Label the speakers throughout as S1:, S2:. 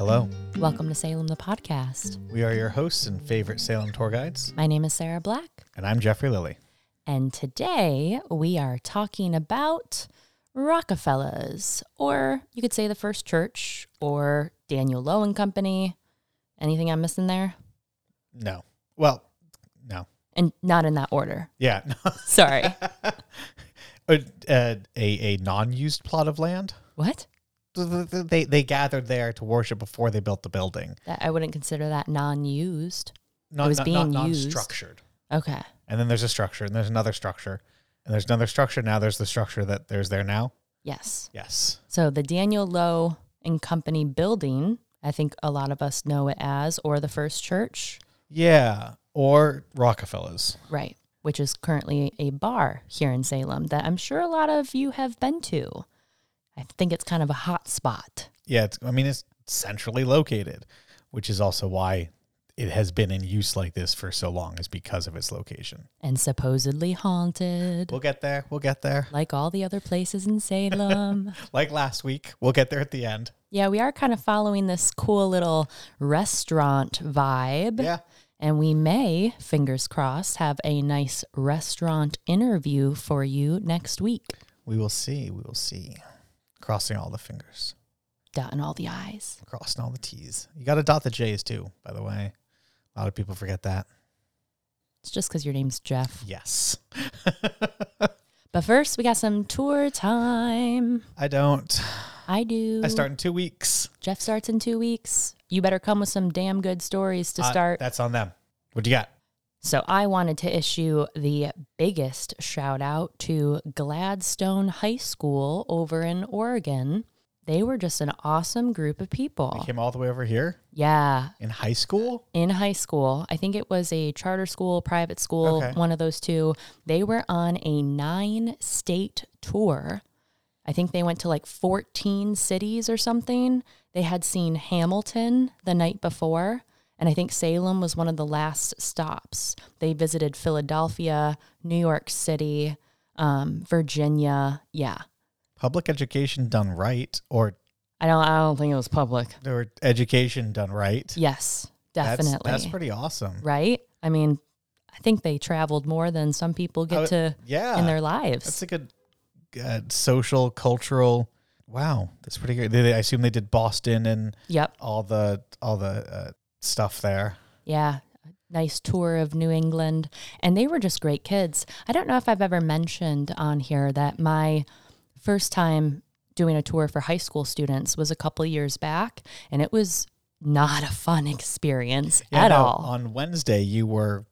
S1: Welcome to Salem the Podcast.
S2: We are your hosts and favorite Salem tour guides,
S1: My name is Sarah Black,
S2: and I'm Jeffrey Lilly.
S1: and today we are talking about Rockefellers, or you could say the First Church, or Daniel Lowe and Company. Anything I'm missing there?
S2: No. Well, no.
S1: And not in that order.
S2: Yeah. no.
S1: Sorry.
S2: a, a, a non used plot of land.
S1: what?
S2: Th- th- They, they gathered there to worship before they built the building.
S1: That, I wouldn't consider that non-used.
S2: Not,
S1: was being
S2: not
S1: used.
S2: structured.
S1: Okay.
S2: And then there's a structure, and there's another structure, and there's another structure. Now there's the structure that there's there now.
S1: Yes.
S2: Yes.
S1: So the Daniel Lowe and Company building, I think a lot of us know it as, or the First Church,
S2: Yeah. Or Rockefellers.
S1: right? Which is currently a bar here in Salem that I'm sure a lot of you have been to. I think it's kind of a hot spot.
S2: Yeah. It's, I mean, it's centrally located, which is also why it has been in use like this for so long, is because of its location.
S1: and supposedly haunted,
S2: We'll get there. We'll get there.
S1: like all the other places in Salem.
S2: Like last week, we'll get there at the end.
S1: yeah, we are kind of following this cool little restaurant vibe.
S2: Yeah.
S1: And we may, fingers crossed, have a nice restaurant interview for you next week.
S2: We will see. We will see. Crossing all the fingers,
S1: Dotting all the I's.
S2: crossing all the T's. You got to dot the J's too, by the way. A lot of people forget that.
S1: It's just because your name's Jeff.
S2: Yes.
S1: But first, we got some tour time.
S2: I don't.
S1: I do.
S2: I start in two weeks.
S1: Jeff starts in two weeks. You better come with some damn good stories to
S2: Uh,
S1: start.
S2: that's on them. What do you got?
S1: So I wanted to issue the biggest shout out to Gladstone High School over in Oregon. They were just an awesome group of
S2: I
S1: people.
S2: came all the way over here
S1: Yeah.
S2: in high school.
S1: in high school. I think it was a charter school, private school,
S2: Okay.
S1: one of those two. They were on a nine state tour. I think they went to like 14 cities or something. They had seen Hamilton the night before. And I think Salem was one of the last stops. They visited Philadelphia, New York City, um, Virginia. Yeah.
S2: Public education done right, or
S1: I don't, I don't think it was public.
S2: or education done right.
S1: Yes,
S2: That's-
S1: definitely.
S2: That's, pretty awesome.
S1: right? I mean, I think they traveled more than some people get
S2: I would-
S1: to
S2: Yeah.
S1: in their lives.
S2: That's a good uh, social, cultural. Wow, that's pretty good. They, they- I assume they did Boston and
S1: yep.
S2: all the all the uh, stuff there.
S1: Yeah. Nice tour of New England. And they were just great kids. I don't know if I've ever mentioned on here that my first time doing a tour for high school students was a couple years back, and it was not a fun experience
S2: Yeah,
S1: at
S2: no,
S1: all.
S2: On Wednesday, you were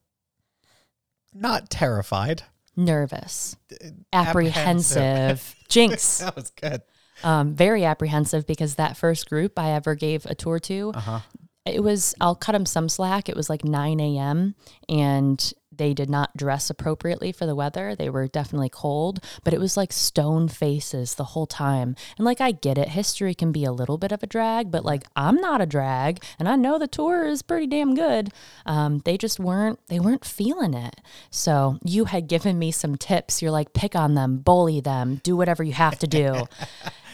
S2: not terrified.
S1: Nervous,
S2: uh, apprehensive.
S1: apprehensive. jinx.
S2: That was good.
S1: um, very apprehensive because that first group I ever gave a tour to, it was, I'll cut them some slack. It was like 9 a.m. and they did not dress appropriately for the weather. They were definitely cold, but it was like stone faces the whole time. And like, I get it, history can be a little bit of a drag, but like, I'm not a drag and I know the tour is pretty damn good. Um, they just weren't, they weren't feeling it. So you had given me some tips. You're like, pick on them, bully them, do whatever you have to do.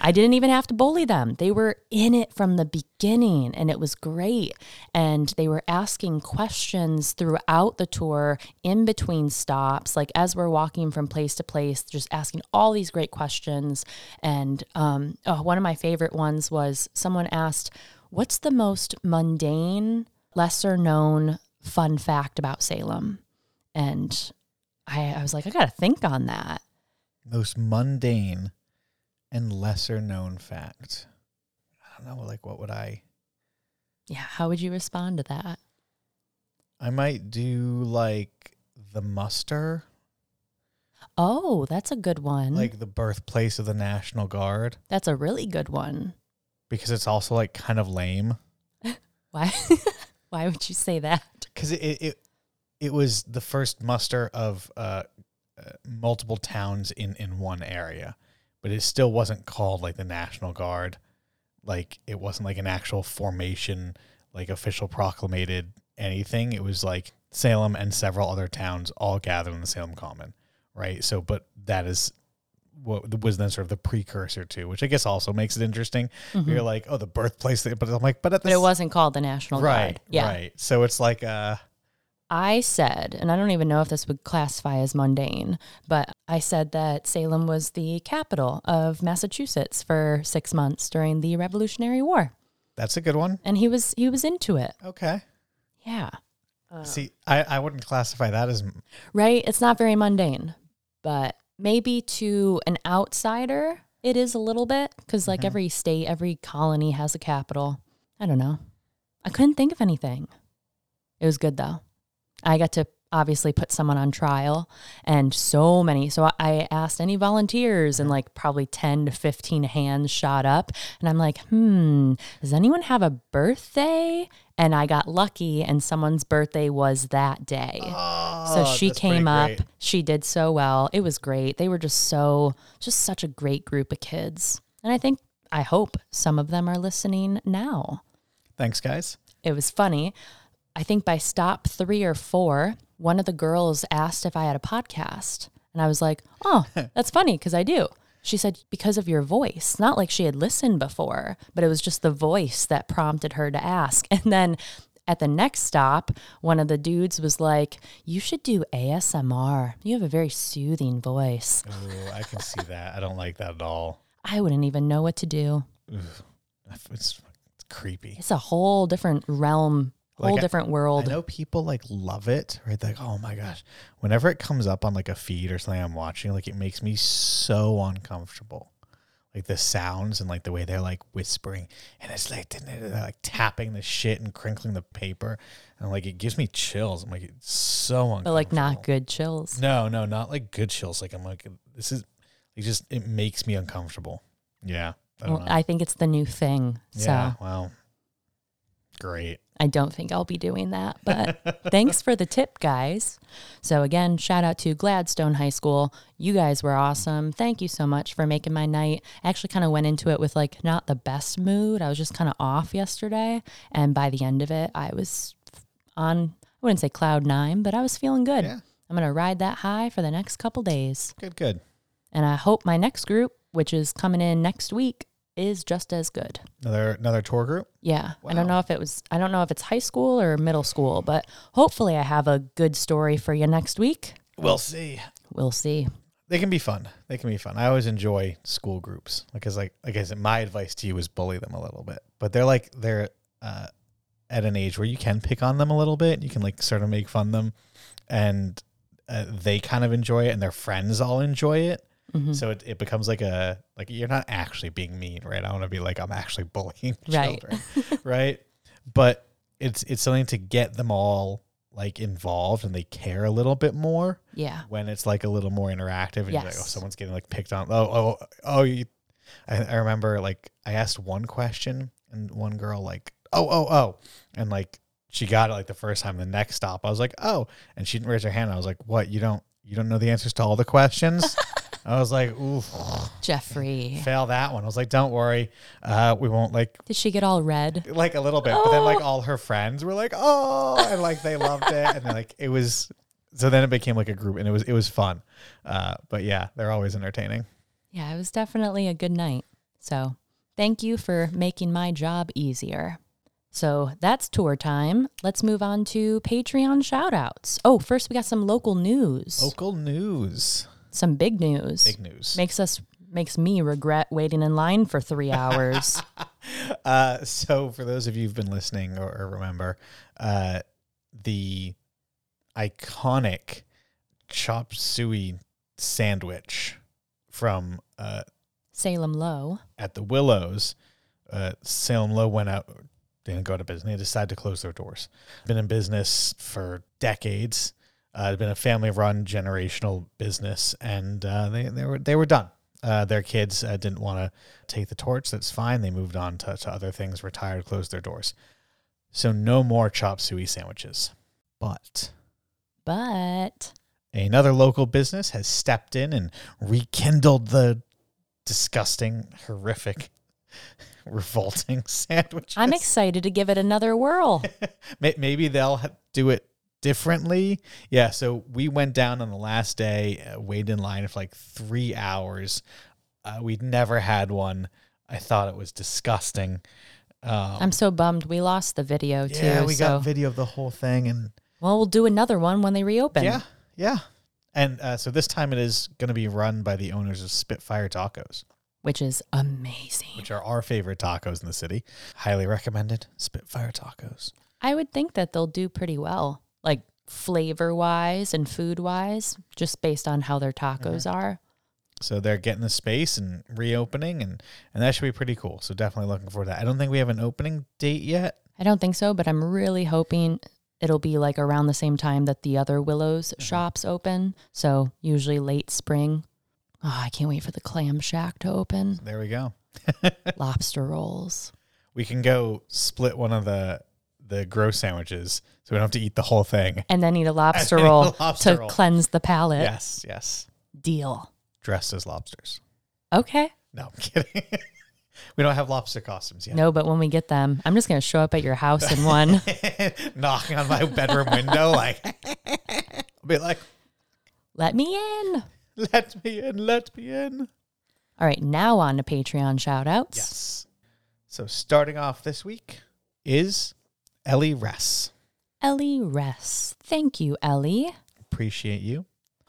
S1: I didn't even have to bully them. They were in it from the beginning and it was great. And they were asking questions throughout the tour, in between stops, like as we're walking from place to place, just asking all these great questions. And um, oh, one of my favorite ones was someone asked, What's the most mundane, lesser known fun fact about Salem? And I, I was like, I got to think on that.
S2: Most mundane and lesser known fact. I don't know. Like, what would I?
S1: Yeah. How would you respond to that?
S2: I might do like the muster,
S1: Oh, that's a good one.
S2: like the birthplace of the National Guard,
S1: that's a really good one.
S2: because it's also like kind of lame.
S1: Why? Why would you say that?
S2: because it, it it- it was the first muster of uh, uh, multiple towns in in one area, but it still wasn't called like the National Guard, like it wasn't like an actual formation, like official proclamated anything. It was like Salem and several other towns all gathered on the Salem Common, right? So, but that is what was then sort of the precursor to, which I guess also makes it interesting. You're like, oh, the birthplace, but I'm like, but at the
S1: Mm-hmm. But it
S2: s-
S1: wasn't called the National
S2: right,
S1: Guard. Yeah.
S2: right. So it's like, uh,
S1: I said, and I don't even know if this would classify as mundane, but I said that Salem was the capital of Massachusetts for six months during the Revolutionary War,
S2: that's a good one.
S1: and he was he was into it.
S2: Okay.
S1: Yeah, Uh,
S2: See, I, I wouldn't classify that as m-
S1: right. It's not very mundane, but maybe to an outsider, it is a little bit because
S2: Mm-hmm.
S1: like every state, every colony has a capital. I don't know. I couldn't think of anything. It was good though. I got to obviously put someone on trial and so many. So I- I asked any volunteers and like probably 10 to 15 hands shot up. And I'm like, hmm, does anyone have a birthday? And I got lucky and someone's birthday was that day. so she
S2: Oh, that's pretty
S1: came up.
S2: great.
S1: She did so well. It was great. They were just so, just such a great group of kids. And I think, I hope some of them are listening now
S2: thanks, guys.
S1: it was funny. I think by stop three or four, one of the girls asked if I had a podcast. And I was like, oh, that's funny because I do. She said, because of your voice. Not like she had listened before, but it was just the voice that prompted her to ask. And then at the next stop, one of the dudes was like, you should do ASMR. You have a very soothing voice.
S2: Ooh, I can see that. I don't like that at all.
S1: I wouldn't even know what to do.
S2: It's, it's creepy.
S1: It's a whole different realm, whole
S2: Like, I-
S1: different world.
S2: I know people like love it, right? They're Like, oh my gosh. Whenever it comes up on like a feed or something I'm watching, like it makes me so uncomfortable. Like the sounds and like the way they're like whispering and it's like they're like tapping the shit and crinkling the paper. And like it gives me chills. I'm like, it's so uncomfortable.
S1: but like not good chills.
S2: No, no, not like good chills. Like I'm like, this is it just it makes me uncomfortable. Yeah. I don't
S1: Well,
S2: know.
S1: I think it's the new thing.
S2: yeah.
S1: So
S2: Wow. Great.
S1: I don't think I'll be doing that. But thanks for the tip, guys. So again, shout out to Gladstone High School. You guys were awesome. Thank you so much for making my night. I actually kind of went into it with like not the best mood. I was just kind of off yesterday. And by the end of it, I was on, I wouldn't say cloud nine, but I was feeling good.
S2: Yeah.
S1: I'm going to ride that high for the next couple days.
S2: Good, good.
S1: And I hope my next group, which is coming in next week, is just as good.
S2: Another another tour group.
S1: Yeah. I don't
S2: Wow.
S1: know if it was I don't know if it's high school or middle school, but hopefully I have a good story for you next week.
S2: We'll see.
S1: We'll see.
S2: They can be fun. They can be fun. I always enjoy school groups because, like, like I said, my advice to you is bully them a little bit. But they're like they're uh, at an age where you can pick on them a little bit. You can like sort of make fun of them, and uh, they kind of enjoy it, and their friends all enjoy it. So it, it becomes like a like you're not actually being mean, right? I want to be like I'm actually bullying
S1: Right.
S2: children, right? But it's it's something to get them all like involved and they care a little bit more
S1: Yeah.
S2: when it's like a little more interactive and you're like, oh,
S1: Yes.
S2: someone's getting like picked on. Oh, oh, oh, you. I, I remember like I asked one question and one girl like, oh, oh, oh. And like she got it like the first time, the next stop. I was like, oh. And she didn't raise her hand. I was like, what? You don't, you don't know the answers to all the questions? I was like, ooh,
S1: Jeffrey.
S2: fail that one. I was like, don't worry. Uh, we won't like
S1: Did she get all red?
S2: like a little bit, but then like
S1: Oh.
S2: all her friends were like, "Oh," and like they loved it, and like it was. So then it became like a group, and it was it was fun. Uh, but yeah, they're always entertaining.
S1: Yeah, it was definitely a good night. So thank you for making my job easier. So that's tour time. Let's move on to Patreon shout outs. Oh, first we got some local news.
S2: Local news,
S1: Some big news.
S2: Oh. big news.
S1: makes us makes me regret waiting in line for three hours.
S2: Uh, so for those of you who've been listening or, or remember, uh, the iconic chop suey sandwich from uh,
S1: Salem Low.
S2: at the Willows, uh, Salem Low went out, didn't go out of business. They decided to close their doors. Been in business for decades. Uh, it's been a family-run, generational business, and uh, they they were they were done. Uh, their kids uh, didn't want to take the torch. That's fine. They moved on to, to other things. Retired, closed their doors. So no more chop suey sandwiches. But
S1: But
S2: another local business has stepped in and rekindled the disgusting, horrific, revolting sandwiches.
S1: I'm excited to give it another whirl.
S2: May- Maybe they'll ha- do it differently. Yeah, so we went down on the last day, uh, waited in line for like three hours. Uh, we'd never had one. I thought it was disgusting. Um,
S1: I'm so bummed. We lost the video too.
S2: yeah, we
S1: so
S2: got video of the whole thing, and
S1: well, we'll do another one when they reopen.
S2: yeah, yeah. And uh, so this time it is going to be run by the owners of Spitfire Tacos,
S1: which is amazing.
S2: which are our favorite tacos in the city. Highly recommended. Spitfire Tacos.
S1: I would think that they'll do pretty well, like flavor wise and food wise, just based on how their tacos
S2: Mm-hmm.
S1: are.
S2: So they're getting the space and reopening, and and that should be pretty cool. So definitely looking forward to that. I don't think we have an opening date yet.
S1: I don't think so, but I'm really hoping it'll be like around the same time that the other Willows
S2: Mm-hmm.
S1: shops open. So usually late spring. Oh, I can't wait for the clam shack to open.
S2: There we go.
S1: Lobster rolls.
S2: We can go split one of the the gross sandwiches, so we don't have to eat the whole thing.
S1: And then eat a lobster
S2: then eat a
S1: roll
S2: lobster
S1: to
S2: roll.
S1: cleanse the palate.
S2: Yes, yes.
S1: Deal.
S2: Dressed as lobsters.
S1: Okay.
S2: No, I'm kidding. we don't have lobster costumes yet.
S1: No, but when we get them, I'm just going to show up at your house in one.
S2: Knocking on my bedroom window, like, I'll be like,
S1: Let me in.
S2: let me in, let me in.
S1: All right, now on to Patreon shout outs.
S2: Yes. So starting off this week is Ellie Ress.
S1: Ellie Ress. Thank you, Ellie.
S2: Appreciate you.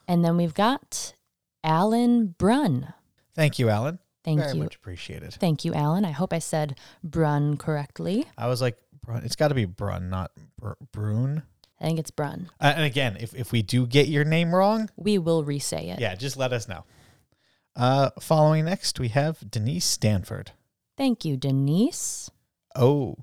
S1: And then we've got Alan Brunn.
S2: Thank you, Alan.
S1: Thank
S2: Very
S1: you.
S2: much appreciated.
S1: Thank you, Alan. I hope I said Brunn correctly.
S2: I was like, Brun- it's got to be Brun, not Br- Brune.
S1: I think it's Brunn.
S2: Uh, and again, if, if we do get your name wrong,
S1: We will re say it.
S2: yeah, just let us know. Uh, following next, we have Denise Stanford.
S1: Thank you, Denise.
S2: Oh,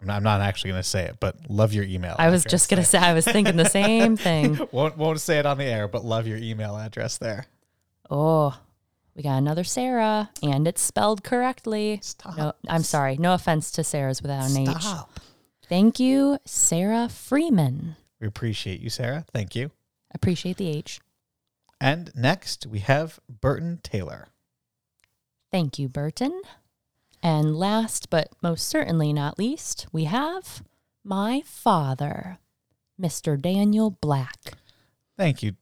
S2: I'm not, I'm not actually going to say it, but love your email.
S1: I was just going to say, I was thinking the same thing.
S2: won't won't say it on the air, but love your email address there.
S1: Oh, we got another Sarah, and it's spelled correctly.
S2: Stop.
S1: No, I'm sorry. No offense to Sarah's without an H.
S2: Stop.
S1: Thank you, Sarah Freeman.
S2: We appreciate you, Sarah. Thank you.
S1: Appreciate the H.
S2: And next, we have Burton Taylor.
S1: Thank you, Burton. And last but most certainly not least, we have my father, Mr. Daniel Black.
S2: Thank you,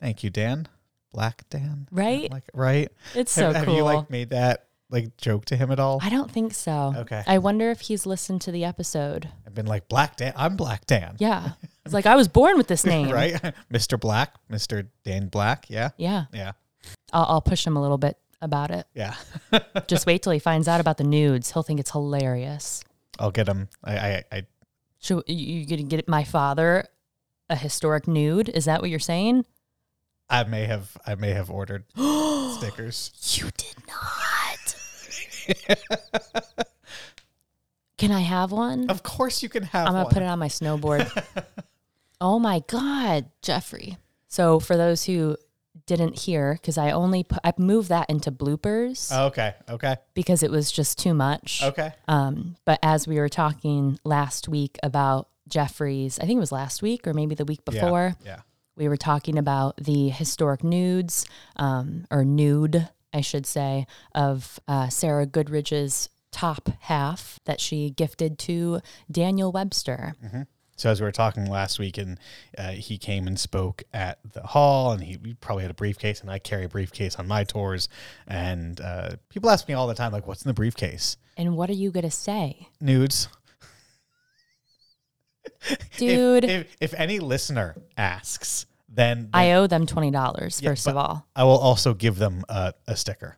S2: thank you, Dan. Black Dan.
S1: Right?
S2: Like right.
S1: It's so
S2: have, have
S1: cool.
S2: you like made that like joke to him at all?
S1: I don't think so.
S2: Okay.
S1: I wonder if he's listened to the episode.
S2: I've been like Black Dan. I'm Black Dan.
S1: Yeah. It's like I was born with this name.
S2: Right, Mr. Black, Mr. Dan Black. Yeah,
S1: Yeah.
S2: yeah,
S1: I'll, I'll push him a little bit about it.
S2: yeah.
S1: Just wait till he finds out about the nudes. He'll think it's hilarious.
S2: I'll get him. I, I, I
S1: So you- you gonna get my father a historic nude? Is that what you're saying?
S2: I may have I may have ordered stickers.
S1: You did not. Can I have one?
S2: Of course you can have
S1: I'm gonna
S2: one.
S1: put it on my snowboard. oh my god, Jeffrey. So for those who didn't hear, because I only put, I moved that into bloopers
S2: okay, okay,
S1: because it was just too much.
S2: Oh. okay.
S1: Um, but as we were talking last week about Jeffrey's, I think it was last week or maybe the week
S2: Yeah,
S1: before,
S2: Yeah.
S1: we were talking about the historic nudes um, or nude i should say of uh, sarah goodridge's top half that she gifted to daniel webster
S2: Mm-hmm. So as we were talking last week, and uh, he came and spoke at the hall, and he we probably had a briefcase, and I carry a briefcase on my tours, and uh, people ask me all the time, like, "What's in the briefcase?"
S1: and what are you going to say
S2: Nudes.
S1: dude
S2: If, if, if any listener asks, then,
S1: i owe them $20
S2: Yeah,
S1: first of
S2: but-
S1: all
S2: I will also give them a, a sticker.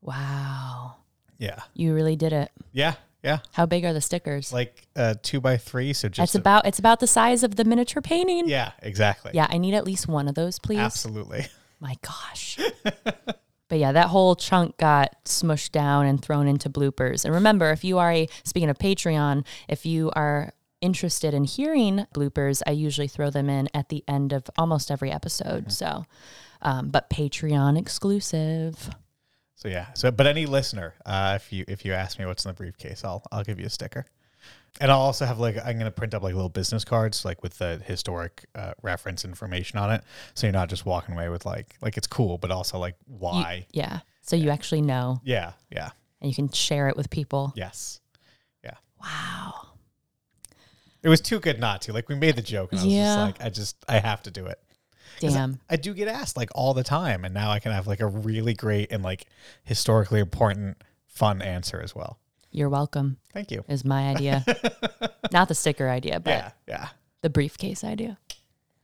S1: wow
S2: Yeah,
S1: you really did it
S2: yeah, yeah.
S1: how big are the stickers
S2: Like uh, two by three, so just
S1: it's
S2: a-
S1: about it's about the size of the miniature painting
S2: yeah, exactly.
S1: yeah i need at least one of those please
S2: absolutely.
S1: My gosh. but yeah, that whole chunk got smushed down and thrown into bloopers. And remember, if you are a, speaking of Patreon, if you are interested in hearing bloopers, I usually throw them in at the end of almost every episode.
S2: Mm-hmm.
S1: So, um, but Patreon exclusive.
S2: So yeah. So but any listener, uh, if you if you ask me what's in the briefcase, I'll I'll give you a sticker. And I'll also have like I'm gonna print up like little business cards like with the historic uh, reference information on it, so you're not just walking away with like like it's cool, but also like
S1: You-
S2: why?
S1: yeah. So you actually know
S2: yeah, yeah,
S1: and you can share it with people.
S2: yes,
S1: Wow.
S2: It was too good not to. Like we made the joke, and I was
S1: Yeah.
S2: just like, I just I have to do it. 'Cause
S1: Damn.
S2: I do get asked like all the time, and now I can have like a really great and like historically important, fun answer as well.
S1: You're welcome
S2: Thank you.
S1: is my idea. Not the sticker idea, but
S2: Yeah, yeah.
S1: the briefcase idea.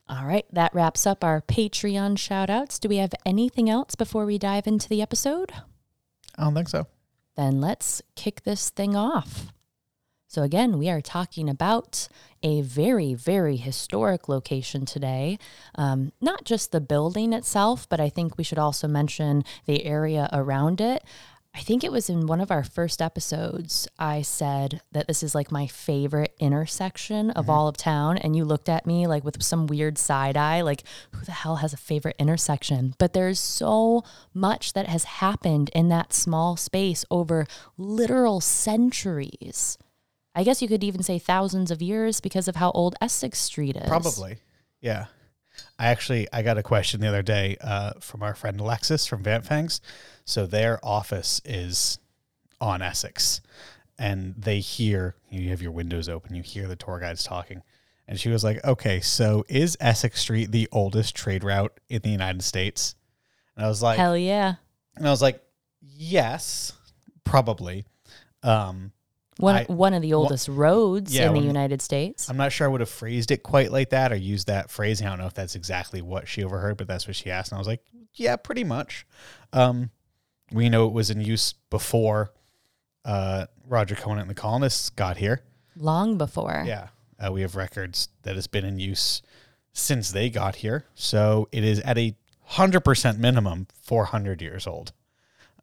S1: All right, that wraps up our Patreon shout outs. Do we have anything else before we dive into the episode?
S2: I don't think so.
S1: Then let's kick this thing off. So, again, we are talking about a very, very historic location today. Um, not just the building itself, but I think we should also mention the area around it. I think it was in one of our first episodes, I said that this is like my favorite intersection of all of town. And you looked at me like with some weird side eye, like, who the hell has a favorite intersection? But there's so much that has happened in that small space over literal centuries. I guess you could even say thousands of years because of how old Essex Street is.
S2: Probably. Yeah. I actually I got a question the other day uh, from our friend Alexis from Vampfangs. So their office is on Essex, and they hear you have your windows open. You hear the tour guides talking, and she was like, "Okay, so is Essex Street the oldest trade route in the United States?" And I was like,
S1: Hell yeah.
S2: "And I was like, yes, probably." Um,
S1: One,
S2: I-
S1: one of the oldest roads
S2: Yeah,
S1: in the
S2: one-
S1: United States.
S2: I'm not sure I would have phrased it quite like that or used that phrasing. I don't know if that's exactly what she overheard, but that's what she asked. And I was like, yeah, pretty much. Um, we know it was in use before uh, Roger Conant and the colonists got here.
S1: long before.
S2: Yeah. Uh, we have records that has been in use since they got here. So it is at a 100% minimum 400 years old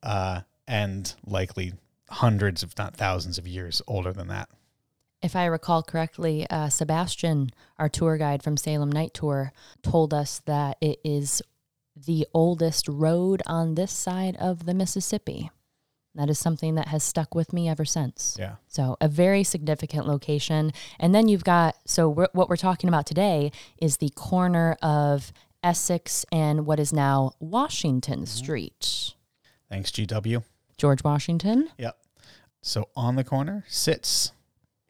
S2: uh, and likely hundreds, if not thousands of years older than that.
S1: If I recall correctly, uh, Sebastian, our tour guide from Salem Night Tour, told us that it is the oldest road on this side of the Mississippi. That is something that has stuck with me ever since.
S2: Yeah.
S1: So, a very significant location. And then you've got, so we're, what we're talking about today is the corner of Essex and what is now
S2: Mm-hmm.
S1: Washington Street.
S2: Thanks, GW.
S1: George Washington.
S2: Yep. So on the corner sits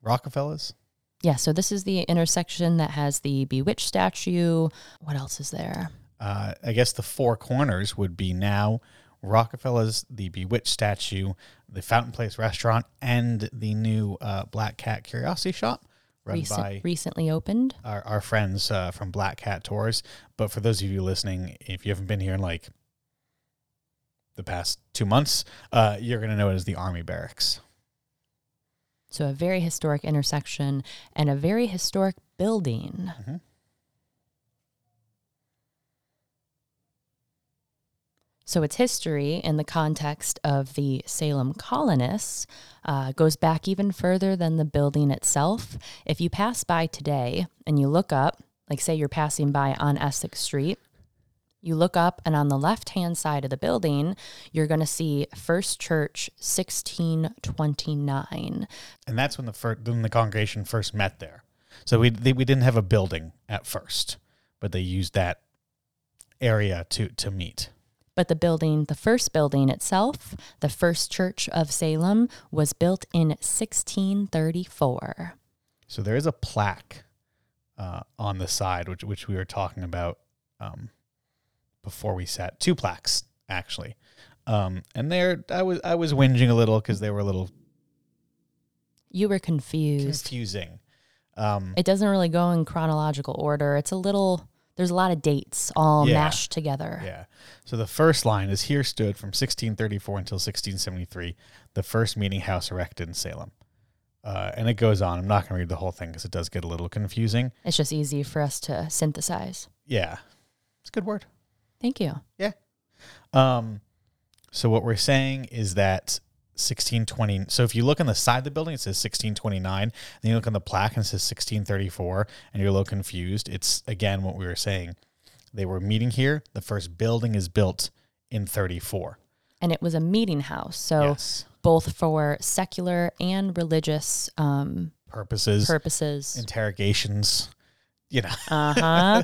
S2: Rockefellers.
S1: Yeah, so this is the intersection that has the Bewitched statue. What else is there?
S2: Uh, I guess the four corners would be now Rockefellers, the Bewitched statue, the Fountain Place restaurant, and the new uh, Black Cat Curiosity Shop run
S1: Recent-
S2: by
S1: recently opened.
S2: our, our friends uh, from Black Cat Tours. But for those of you listening, if you haven't been here in like the past two months, uh, you're going to know it as the Army Barracks.
S1: So a very historic intersection and a very historic building.
S2: Mhm.
S1: So its history in the context of the Salem colonists uh, goes back even further than the building itself. If you pass by today and you look up, like say you're passing by on Essex Street, you look up and on the left hand side of the building, you're going to see First Church 1629.
S2: and that's when the first when the congregation first met there. So we they, we didn't have a building at first, but they used that area to to meet.
S1: But the building, the first building itself, the first church of Salem, was built in 1634.
S2: So there is a plaque uh, on the side, which which we were talking about um, before we sat. Two plaques actually, um, and there I was I was whinging a little because they were a little
S1: You were confused.
S2: confusing. Um,
S1: It doesn't really go in chronological order. It's a little, there's a lot of dates all
S2: Yeah.
S1: mashed together.
S2: Yeah. So the first line is here stood from 1634 until 1673, the first meeting house erected in Salem. Uh, and it goes on. I'm not going to read the whole thing because it does get a little confusing.
S1: It's just easy for us to synthesize.
S2: Yeah. It's a good word.
S1: Thank you.
S2: Um, so what we're saying is that 1620. So if you look on the side of the building, it says 1629. Then you look on the plaque and it says 1634, and you're a little confused. It's again what we were saying. They were meeting here. The first building is built in 34.
S1: And it was a meeting house. So
S2: yes.
S1: both for secular and religious um,
S2: Purposes.
S1: purposes.
S2: interrogations, you know,
S1: Uh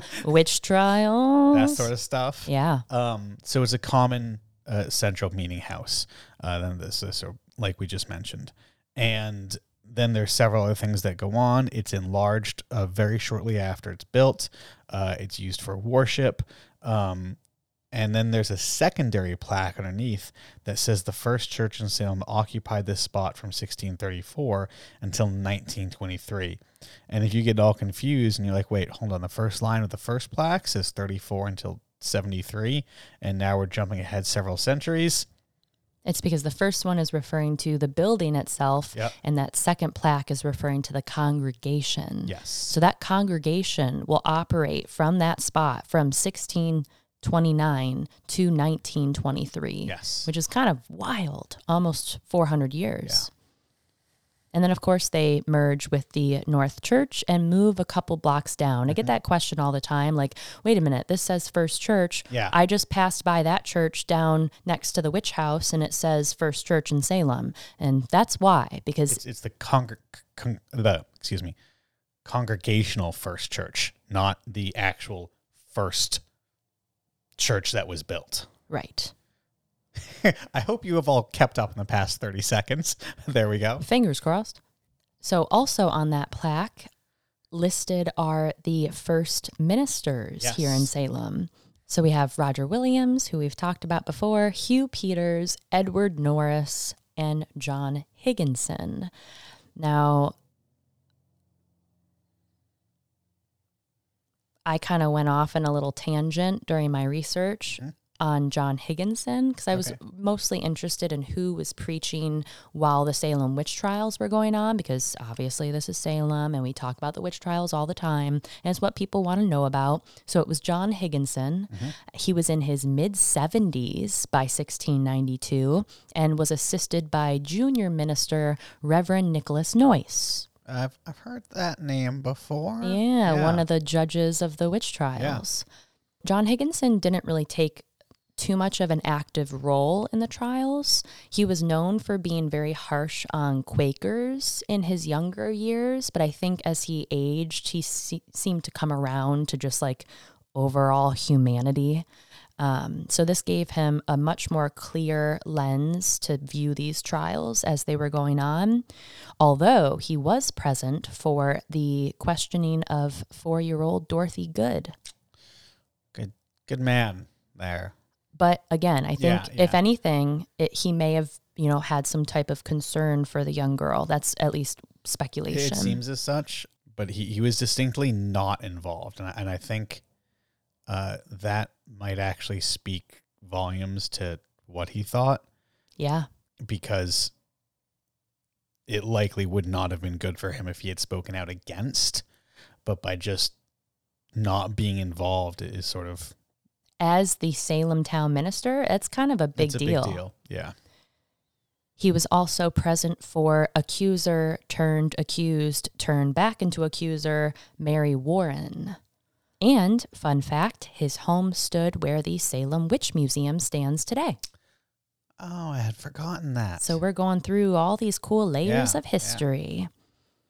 S1: huh. Witch trials.
S2: that sort of stuff.
S1: Yeah.
S2: Um, so it's a common uh, central meeting house. Uh, then this, this, or like we just mentioned, and then there's several other things that go on. It's enlarged uh, very shortly after it's built. Uh, it's used for worship. Um, and then there's a secondary plaque underneath that says the first church in Salem occupied this spot from 1634 until 1923. And if you get all confused and you're like, wait, hold on, the first line of the first plaque says 34 until 73, and now we're jumping ahead several centuries.
S1: It's because the first one is referring to the building itself,
S2: Yep.
S1: and that second plaque is referring to the congregation.
S2: Yes.
S1: So that congregation will operate from that spot from 1629 to 1923.
S2: Yes.
S1: Which is kind of wild, almost 400 years. And then, of course, they merge with the North Church and move a couple blocks down.
S2: Mm-hmm.
S1: I get that question all the time like, wait a minute, this says First Church.
S2: Yeah.
S1: I just passed by that church down next to the witch house and it says First Church in Salem. And that's why, because
S2: It's, it's the congr- con- the excuse me, congregational first church, not the actual first church that was built.
S1: right.
S2: I hope you have all kept up in the past 30 seconds. There we go.
S1: Fingers crossed. So, also on that plaque listed are the first ministers
S2: Yes.
S1: here in Salem. So, we have Roger Williams, who we've talked about before, Hugh Peters, Edward Norris, and John Higginson. Now, I kind of went off in a little tangent during my research on John Higginson because I was
S2: Okay.
S1: mostly interested in who was preaching while the Salem witch trials were going on because obviously this is Salem and we talk about the witch trials all the time and it's what people want to know about. So it was John Higginson. He was in his mid 70s by 1692 and was assisted by junior minister Reverend Nicholas Noyce.
S2: I've, I've heard that name before.
S1: Yeah, one of the judges of the witch trials. John Higginson didn't really take too much of an active role in the trials. He was known for being very harsh on Quakers in his younger years, but I think as he aged, he se- seemed to come around to just like overall humanity. Um, so this gave him a much more clear lens to view these trials as they were going on. Although he was present for the questioning of four-year-old Dorothy Good.
S2: good good man there.
S1: But again, I think
S2: Yeah,
S1: if
S2: yeah.
S1: anything, it, he may have you know had some type of concern for the young girl. That's at least speculation.
S2: It seems as such, but he, he was distinctly not involved. And I, and I think uh, that might actually speak volumes to what he thought
S1: yeah,
S2: because it likely would not have been good for him if he had spoken out against. But by just not being involved is sort of
S1: as the Salem town minister, it's kind of a big
S2: it's a
S1: deal.
S2: big deal. Yeah.
S1: He was also present for accuser turned accused turned back into accuser Mary Warren. And fun fact, his home stood where the Salem Witch Museum stands today.
S2: Oh, I had forgotten that.
S1: So we're going through all these cool layers
S2: Yeah,
S1: of
S2: yeah.
S1: history.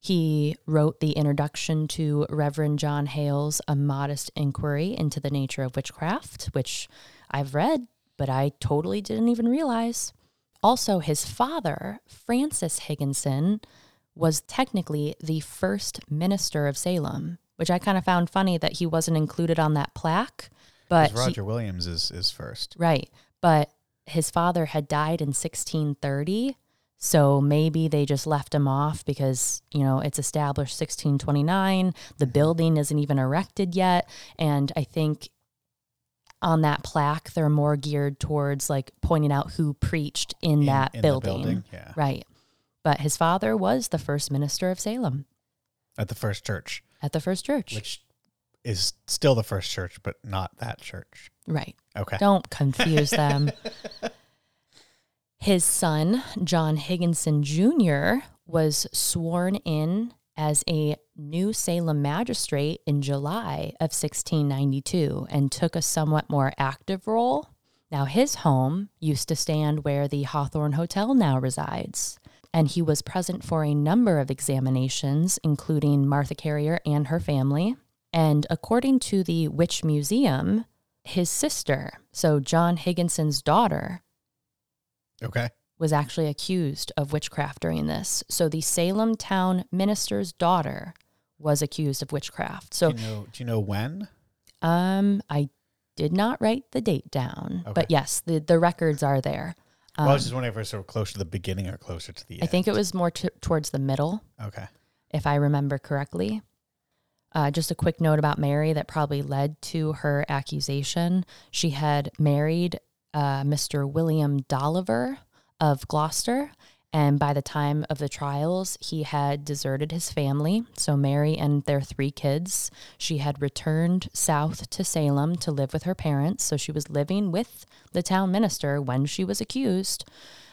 S1: He wrote the introduction to Reverend John Hale's A Modest Inquiry into the Nature of Witchcraft, which I've read, but I totally didn't even realize. Also, his father, Francis Higginson, was technically the first minister of Salem, which I kind of found funny that he wasn't included on that plaque. But
S2: 'Cause
S1: he-
S2: Roger Williams is is first.
S1: Right. But his father had died in 1630. So maybe they just left him off because, you know, it's established 1629. The building isn't even erected yet. And I think on that plaque, they're more geared towards like pointing out who preached in, that
S2: in the
S1: building.
S2: Yeah.
S1: Right. But his father was the first minister of Salem
S2: At the first church,
S1: at the first church.
S2: which is still the first church, but not that church.
S1: right.
S2: Okay.
S1: Don't confuse them. His son, John Higginson Jr., was sworn in as a new Salem magistrate in July of 1692 and took a somewhat more active role. Now, his home used to stand where the Hawthorne Hotel now resides, and he was present for a number of examinations, including Martha Carrier and her family. And according to the Witch Museum, his sister, so John Higginson's daughter,
S2: Okay.
S1: was actually accused of witchcraft during this. So the Salem town minister's daughter was accused of witchcraft. So
S2: do you know, do you know when?
S1: um, I did not write the date down,
S2: Okay.
S1: but yes, the, the records are there. Um,
S2: well, I was just wondering if it was sort of close to the beginning or closer to the end.
S1: I think it was more t- towards the middle,
S2: Okay.
S1: if I remember correctly. Uh, just a quick note about Mary that probably led to her accusation. She had married uh, Mr. William Dolliver of Gloucester, and by the time of the trials, he had deserted his family. So, Mary and their three kids, she had returned south to Salem to live with her parents. So, she was living with the town minister when she was accused.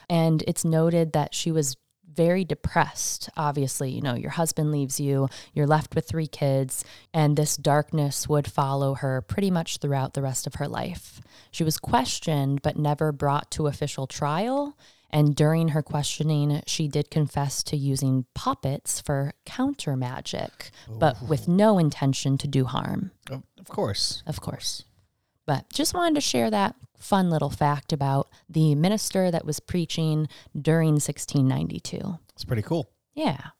S1: And it's noted that she was very depressed. Obviously, you know, your husband leaves you, you're left with three kids, and this darkness would follow her pretty much throughout the rest of her life. She was questioned, but never brought to official trial. And during her questioning, she did confess to using poppets for counter magic, but with no intention to do harm,
S2: Of of course.
S1: of course. But just wanted to share that fun little fact about the minister that was preaching during 1692.
S2: It's pretty cool.
S1: Yeah.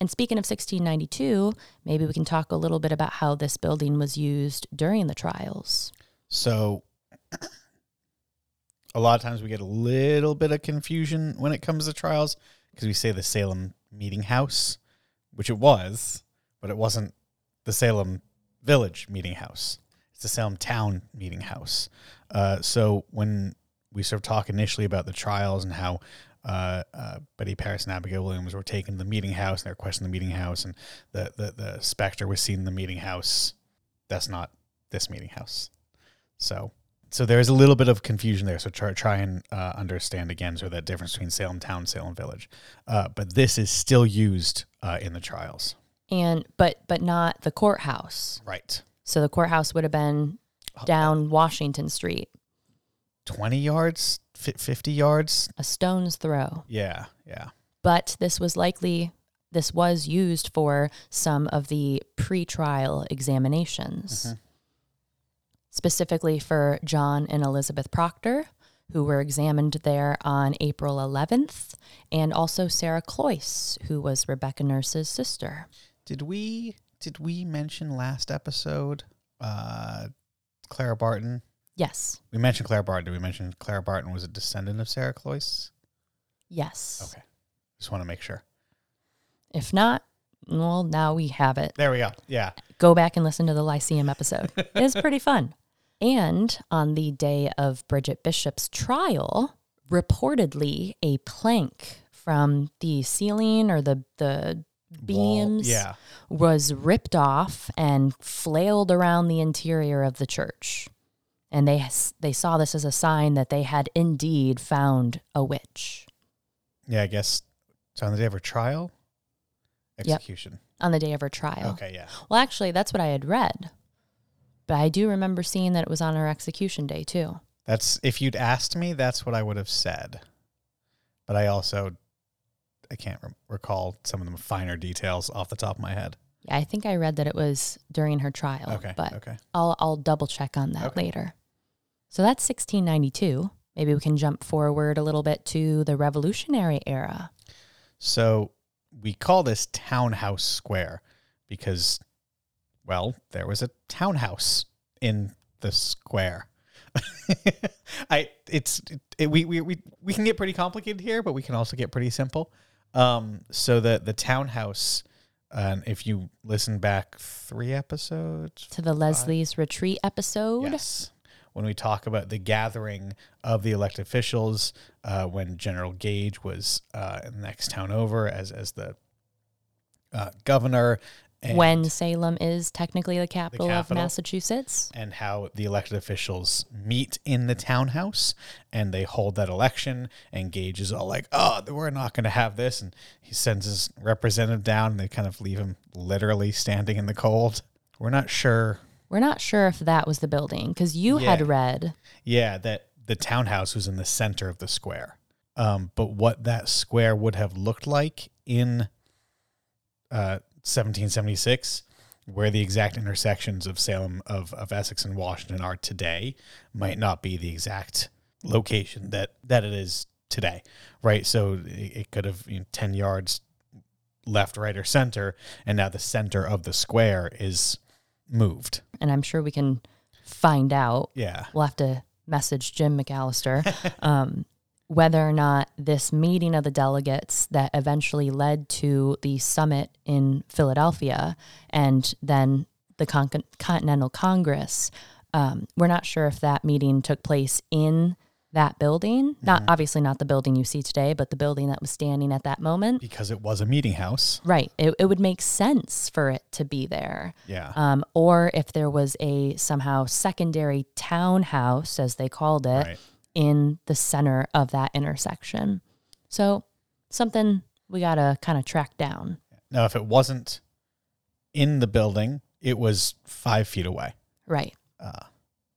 S1: And speaking of 1692, maybe we can talk a little bit about how this building was used during the trials.
S2: So a lot of times we get a little bit of confusion when it comes to trials because we say the Salem meeting house, which it was, but it wasn't the Salem village meeting house. It's the Salem town meeting house. Uh, so when we sort of talk initially about the trials and how uh, uh, Betty Paris and Abigail Williams were taken to the meeting house and they were questioning the meeting house and the, the, the specter was seen in the meeting house, that's not this meeting house. So, so there is a little bit of confusion there. So try, try and uh, understand again, so that difference between Salem Town, Salem Village. Uh, but this is still used uh, in the trials,
S1: And but but not the courthouse.
S2: right?
S1: So the courthouse would have been down Washington Street,
S2: Twenty yards, fi- fifty yards.
S1: a stone's throw.
S2: Yeah, yeah.
S1: But this was likely this was used for some of the pre-trial examinations. Specifically for John and Elizabeth Proctor, who were examined there on April 11th, and also Sarah Cloyce, who was Rebecca Nurse's sister.
S2: Did we did we mention last episode uh, Clara Barton?
S1: Yes.
S2: We mentioned Clara Barton. Did we mention Clara Barton was a descendant of Sarah Cloyce?
S1: Yes.
S2: Okay, just want to make sure.
S1: If not, well, now we have it.
S2: There we go. Yeah.
S1: Go back and listen to the Lyceum episode. it's pretty fun. And on the day of Bridget Bishop's trial, reportedly a plank from the ceiling or the, the
S2: Wall-
S1: beams
S2: yeah.
S1: was ripped off and flailed around the interior of the church. And they, they saw this as a sign that they had indeed found a witch.
S2: Yeah, I guess. So on the day of her trial,
S1: Yep.
S2: execution.
S1: on the day of her trial.
S2: Okay, yeah.
S1: Well, actually, that's what I had read. But I do remember seeing that it was on her execution day, too.
S2: That's if you'd asked me, that's what I would have said. But I also, I can't re- recall some of the finer details off the top of my head.
S1: Yeah, I think I read that it was during her trial.
S2: Okay,
S1: But
S2: okay.
S1: I'll, I'll double check on that
S2: Okay.
S1: later. So that's 1692. Maybe we can jump forward a little bit to the Revolutionary era.
S2: So we call this townhouse square because, well, there was a townhouse in the square. I it's it, we, we we we can get pretty complicated here, but we can also get pretty simple. Um, so the the townhouse, and if you listen back three episodes,
S1: To the Leslie's Retreat episode.
S2: Yes. When we talk about the gathering of the elected officials, uh, when General Gage was uh, in the next town over as, as the uh, governor, and,
S1: When Salem is technically the capital,
S2: capital.
S1: of Massachusetts.
S2: and how the elected officials meet in the townhouse and they hold that election, and Gage is all like, oh, we're not going to have this. And he sends his representative down, and they kind of leave him literally standing in the cold. We're not sure
S1: We're not sure if that was the building because you
S2: Yeah.
S1: had read
S2: Yeah, that the townhouse was in the center of the square. Um, but what that square would have looked like in uh, 1776, where the exact intersections of Salem, of, of Essex, and Washington are today, might not be the exact location that, that it is today, right? So it, it could have you know, 10 yards left, right, or center. And now the center of the square is moved.
S1: and I'm sure we can find out.
S2: Yeah.
S1: We'll have to message Jim McAllister um, whether or not this meeting of the delegates that eventually led to the summit in Philadelphia and then the Con- Continental Congress. Um, we're not sure if that meeting took place in that building. Not obviously not the building you see today, but the building that was standing at that moment.
S2: Because it was a meeting house.
S1: Right. It, it would make sense for it to be there
S2: Yeah.
S1: um, or if there was a somehow secondary townhouse, as they called it,
S2: right.
S1: in the center of that intersection. So something we gotta kind of track down,
S2: Now, if it wasn't in the building, it was five feet away.
S1: right?
S2: Uh,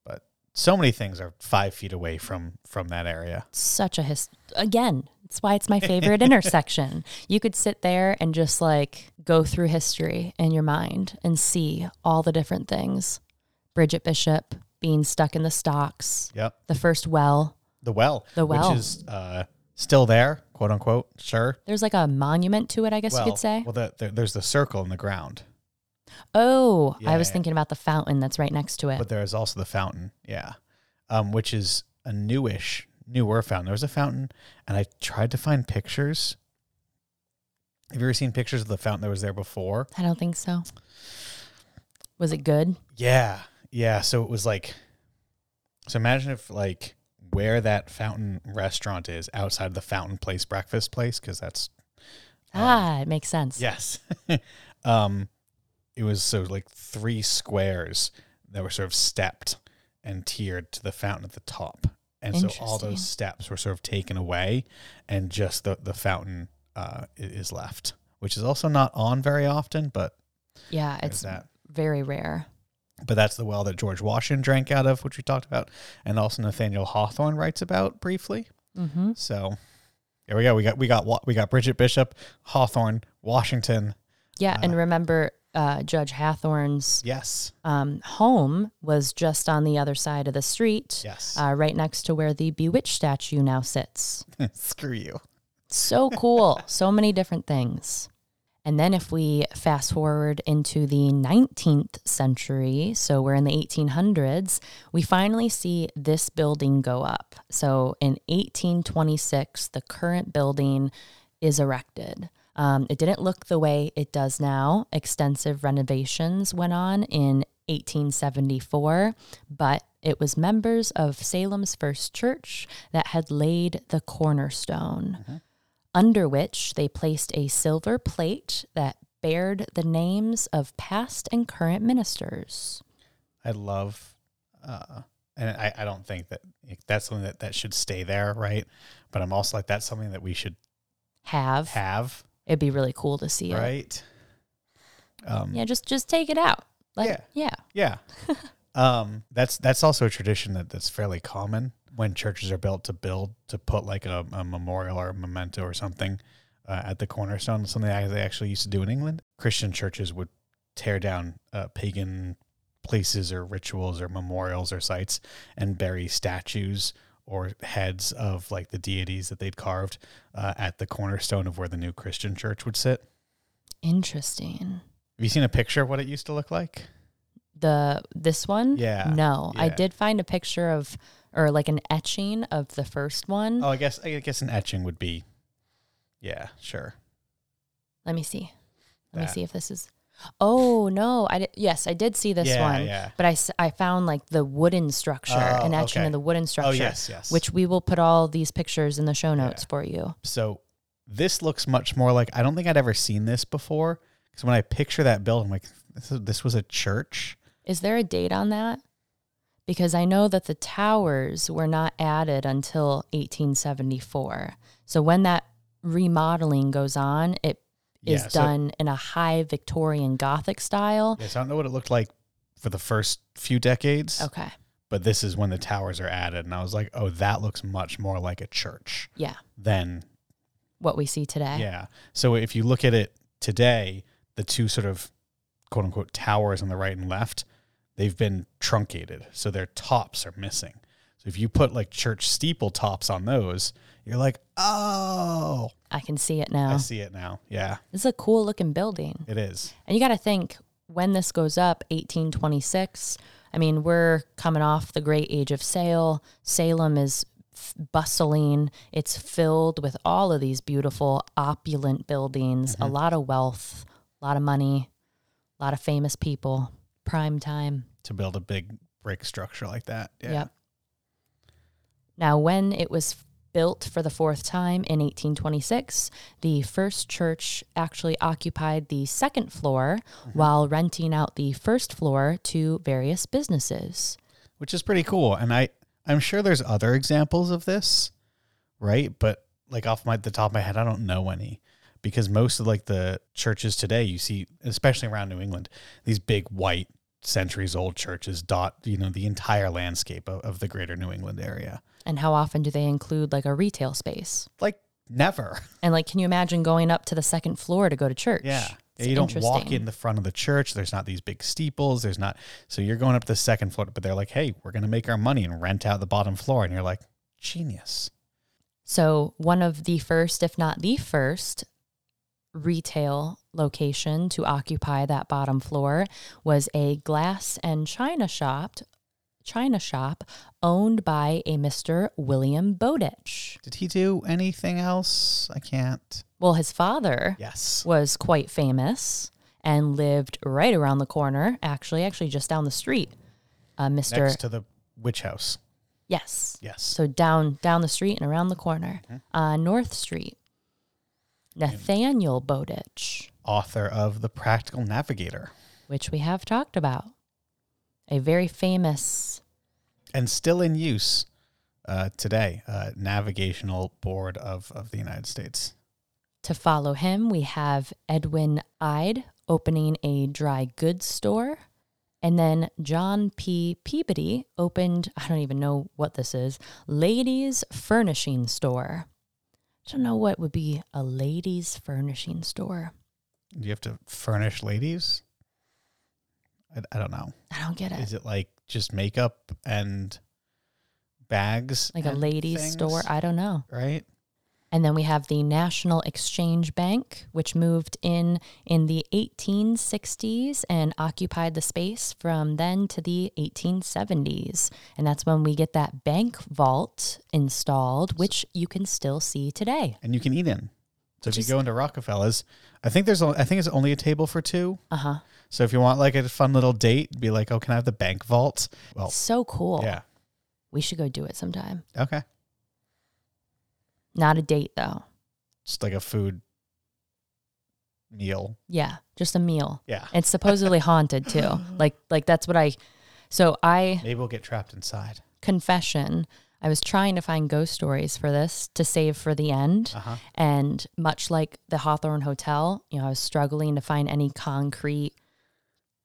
S2: but so many things are five feet away from from that area.
S1: Such a his again. It's why it's my favorite intersection. You could sit there and just like go through history in your mind and see all the different things. Bridget Bishop being stuck in the stocks,
S2: Yep.
S1: the first well,
S2: The well.
S1: The well.
S2: Which is uh, still there, quote unquote. Sure.
S1: There's like a monument to it, I guess
S2: well,
S1: you could say.
S2: Well, the, the, there's the circle in the ground,
S1: Oh, I
S2: Yeah,
S1: was
S2: yeah.
S1: thinking about the fountain that's right next to it.
S2: but there is also the fountain. Yeah. Um, which is a newish, newer fountain. There was a fountain, and I tried to find pictures. Have you ever seen pictures of the fountain that was there before?
S1: I don't think so. Was it good?
S2: Yeah. Yeah. So it was like, so imagine if like where that fountain restaurant is outside of the fountain place breakfast place, because that's,
S1: ah, it makes sense.
S2: yes. um, it was so like three squares that were sort of stepped and tiered to the fountain at the top. And so all
S1: Interesting.
S2: those steps were sort of taken away and just the, the fountain uh, i- is left, which is also not on very often, but
S1: Yeah,
S2: there's
S1: it's
S2: that.
S1: very rare.
S2: But that's the well that George Washington drank out of, which we talked about, and also Nathaniel Hawthorne writes about briefly.
S1: hmm
S2: So there we go. We got we got Wa- we got Bridget Bishop, Hawthorne, Washington.
S1: Yeah, and remember uh, Judge Hathorne's
S2: Yes,
S1: um, home was just on the other side of the street,
S2: yes.
S1: uh, right next to where the Bewitched statue now sits.
S2: Screw you.
S1: So cool. so many different things. And then if we fast forward into the 19th century, so we're in the 1800s, we finally see this building go up. So in 1826, the current building is erected. Um, it didn't look the way it does now. Extensive renovations went on in 1874, but it was members of Salem's First Church that had laid the cornerstone under which they placed a silver plate that bared the names of past and current ministers.
S2: I love, uh, and I, I don't think that that's something that that should stay there, right? But I'm also like that's something that we should
S1: Have.
S2: have,
S1: It'd be really cool to see it.
S2: right? Um,
S1: Yeah, just just take it out. Like,
S2: Yeah.
S1: yeah.
S2: Yeah. um, that's that's also a tradition that, that's fairly common when churches are built to build to put like a, a memorial or a memento or something uh, at the cornerstone. Something that they actually used to do in England. Christian churches would tear down uh, pagan places or rituals or memorials or sites and bury statues or heads of like the deities that they'd carved uh, at the cornerstone of where the new Christian church would sit.
S1: Interesting.
S2: Have you seen a picture of what it used to look like?
S1: The this one?
S2: Yeah,
S1: No. I
S2: yeah.
S1: did find a picture of or like an etching of the first one.
S2: Oh, I guess I guess an etching would be. Yeah, sure.
S1: Let me see. Let me
S2: That.
S1: see if this is Oh no, I did, yes, I did see this
S2: Yeah,
S1: one.
S2: yeah.
S1: But I, s- I found like the wooden structure,
S2: Oh,
S1: an etching
S2: okay.
S1: of the wooden structure.
S2: Oh yes, yes.
S1: which we will put all these pictures in the show notes for you.
S2: so this looks much more like I don't think I'd ever seen this before because when I picture that building, I'm like this, is, this was a church.
S1: Is there a date on that? Because I know that the towers were not added until 1874. So when that remodeling goes on, it is
S2: Yeah, so-
S1: done in a high Victorian Gothic style.
S2: Yes, I don't know what it looked like for the first few decades,
S1: Okay.
S2: but this is when the towers are added, and I was like, oh, that looks much more like a church
S1: Yeah.
S2: than
S1: What we see today.
S2: Yeah. So if you look at it today, the two sort of quote unquote towers on the right and left, they've been truncated. So their tops are missing. So So if you put like church steeple tops on those, you're like, oh,
S1: I can see it
S2: I
S1: now.
S2: see it now. Yeah,
S1: This is a cool looking building.
S2: it is.
S1: And you got to think when this goes up, 1826. I mean, we're coming off the great age of sail. Salem is f- bustling. It's filled with all of these beautiful, opulent buildings, a lot of wealth, a lot of money, a lot of famous people. Prime time.
S2: To build a big brick structure like that. Yeah.
S1: Yep. Now, when it was built for the fourth time in 1826, the first church actually occupied the second floor
S2: Mm-hmm.
S1: while renting out the first floor to various businesses.
S2: Which is pretty cool. And I, I'm sure there's other examples of this, right? But like off my the top of my head, I don't know any. Because most of like the churches today you see, especially around New England, these big white centuries old churches dot, you know, the entire landscape of, of the greater New England area.
S1: And how often do they include like a retail space?
S2: Like never.
S1: And like, can you imagine going up to the second floor to go to church?
S2: Yeah.
S1: It's
S2: you don't walk
S1: interesting.
S2: in the front of the church. There's not these big steeples. There's not. So you're going up the second floor, but they're like, hey, we're going to make our money and rent out the bottom floor. And you're like, genius.
S1: So, one of the first, if not the first, retail location to occupy that bottom floor was a glass and china shop, china shop owned by a Mr. William Bowditch.
S2: Did he do anything else? I can't.
S1: Well, his father
S2: Yes.
S1: was quite famous and lived right around the corner, actually, actually just down the street. Uh, Mr.
S2: Next to the witch house.
S1: yes.
S2: Yes.
S1: So down down the street and around the corner on North Street. Nathaniel Bowditch,
S2: Author of The Practical Navigator
S1: which we have talked about. A very famous
S2: and still in use uh, today, uh, Navigational Board of, of the United States.
S1: to follow him, we have Edwin Ide opening a dry goods store. And then John P. Peabody opened, I don't even know what this is, ladies' furnishing store. I don't know what would be a ladies' furnishing store.
S2: Do you have to furnish ladies? I, I don't know.
S1: I don't get it.
S2: Is it like just makeup and bags?
S1: like a
S2: and
S1: ladies'
S2: things?
S1: store. I don't know.
S2: right?
S1: And then we have the National Exchange Bank, which moved in in the 1860s and occupied the space from then to the 1870s. And that's when we get that bank vault installed, which you can still see today.
S2: And you can eat in. So
S1: Which
S2: if you
S1: is-
S2: go into Rockefeller's, I think there's o- I think it's only a table for two.
S1: Uh huh.
S2: So if you want like a fun little date, be like, oh, can I have the bank vault? Well,
S1: So cool.
S2: Oh. yeah,
S1: We should go do it sometime.
S2: okay,
S1: Not a date, though.
S2: just like a food meal.
S1: Yeah, just a meal.
S2: Yeah,
S1: It's supposedly haunted too. Like like that's what I so I
S2: maybe we'll get trapped inside.
S1: confession. I was trying to find ghost stories for this to save for the end.
S2: Uh huh.
S1: And much like the Hawthorne Hotel, you know, I was struggling to find any concrete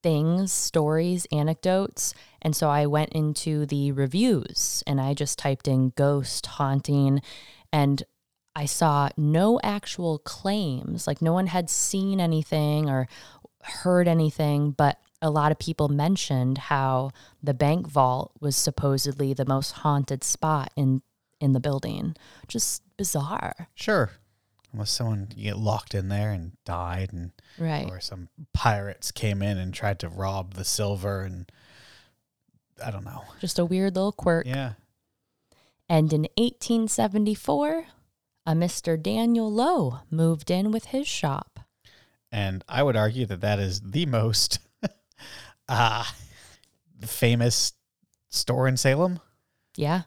S1: things, stories, anecdotes. And so I went into the reviews and I just typed in ghost haunting and I saw no actual claims. Like no one had seen anything or heard anything, but a lot of people mentioned how the bank vault was supposedly the most haunted spot in in the building. Just bizarre.
S2: Sure. Unless someone you get locked in there and died, and
S1: Right.
S2: or some pirates came in and tried to rob the silver, and I don't know.
S1: Just a weird little quirk.
S2: Yeah.
S1: And in 1874, a Mr. Daniel Lowe moved in with his shop.
S2: And I would argue that that is the most uh, famous store in Salem.
S1: Yeah.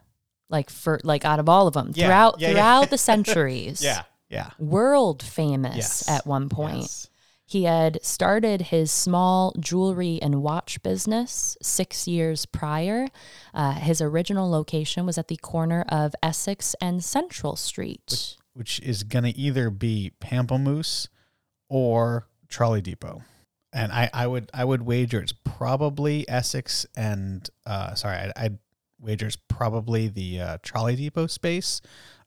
S1: Like for like out of all of them
S2: Yeah,
S1: throughout
S2: yeah, yeah.
S1: throughout the centuries.
S2: Yeah.
S1: World famous
S2: Yes,
S1: at one point.
S2: Yes.
S1: He had started his small jewelry and watch business six years prior. Uh, his original location was at the corner of Essex and Central Street.
S2: Which is going to either be Pamplemousse or Trolley Depot. And I, I would I would wager it's probably Essex and uh, sorry I'd, I'd wager it's probably the uh, Trolley Depot space,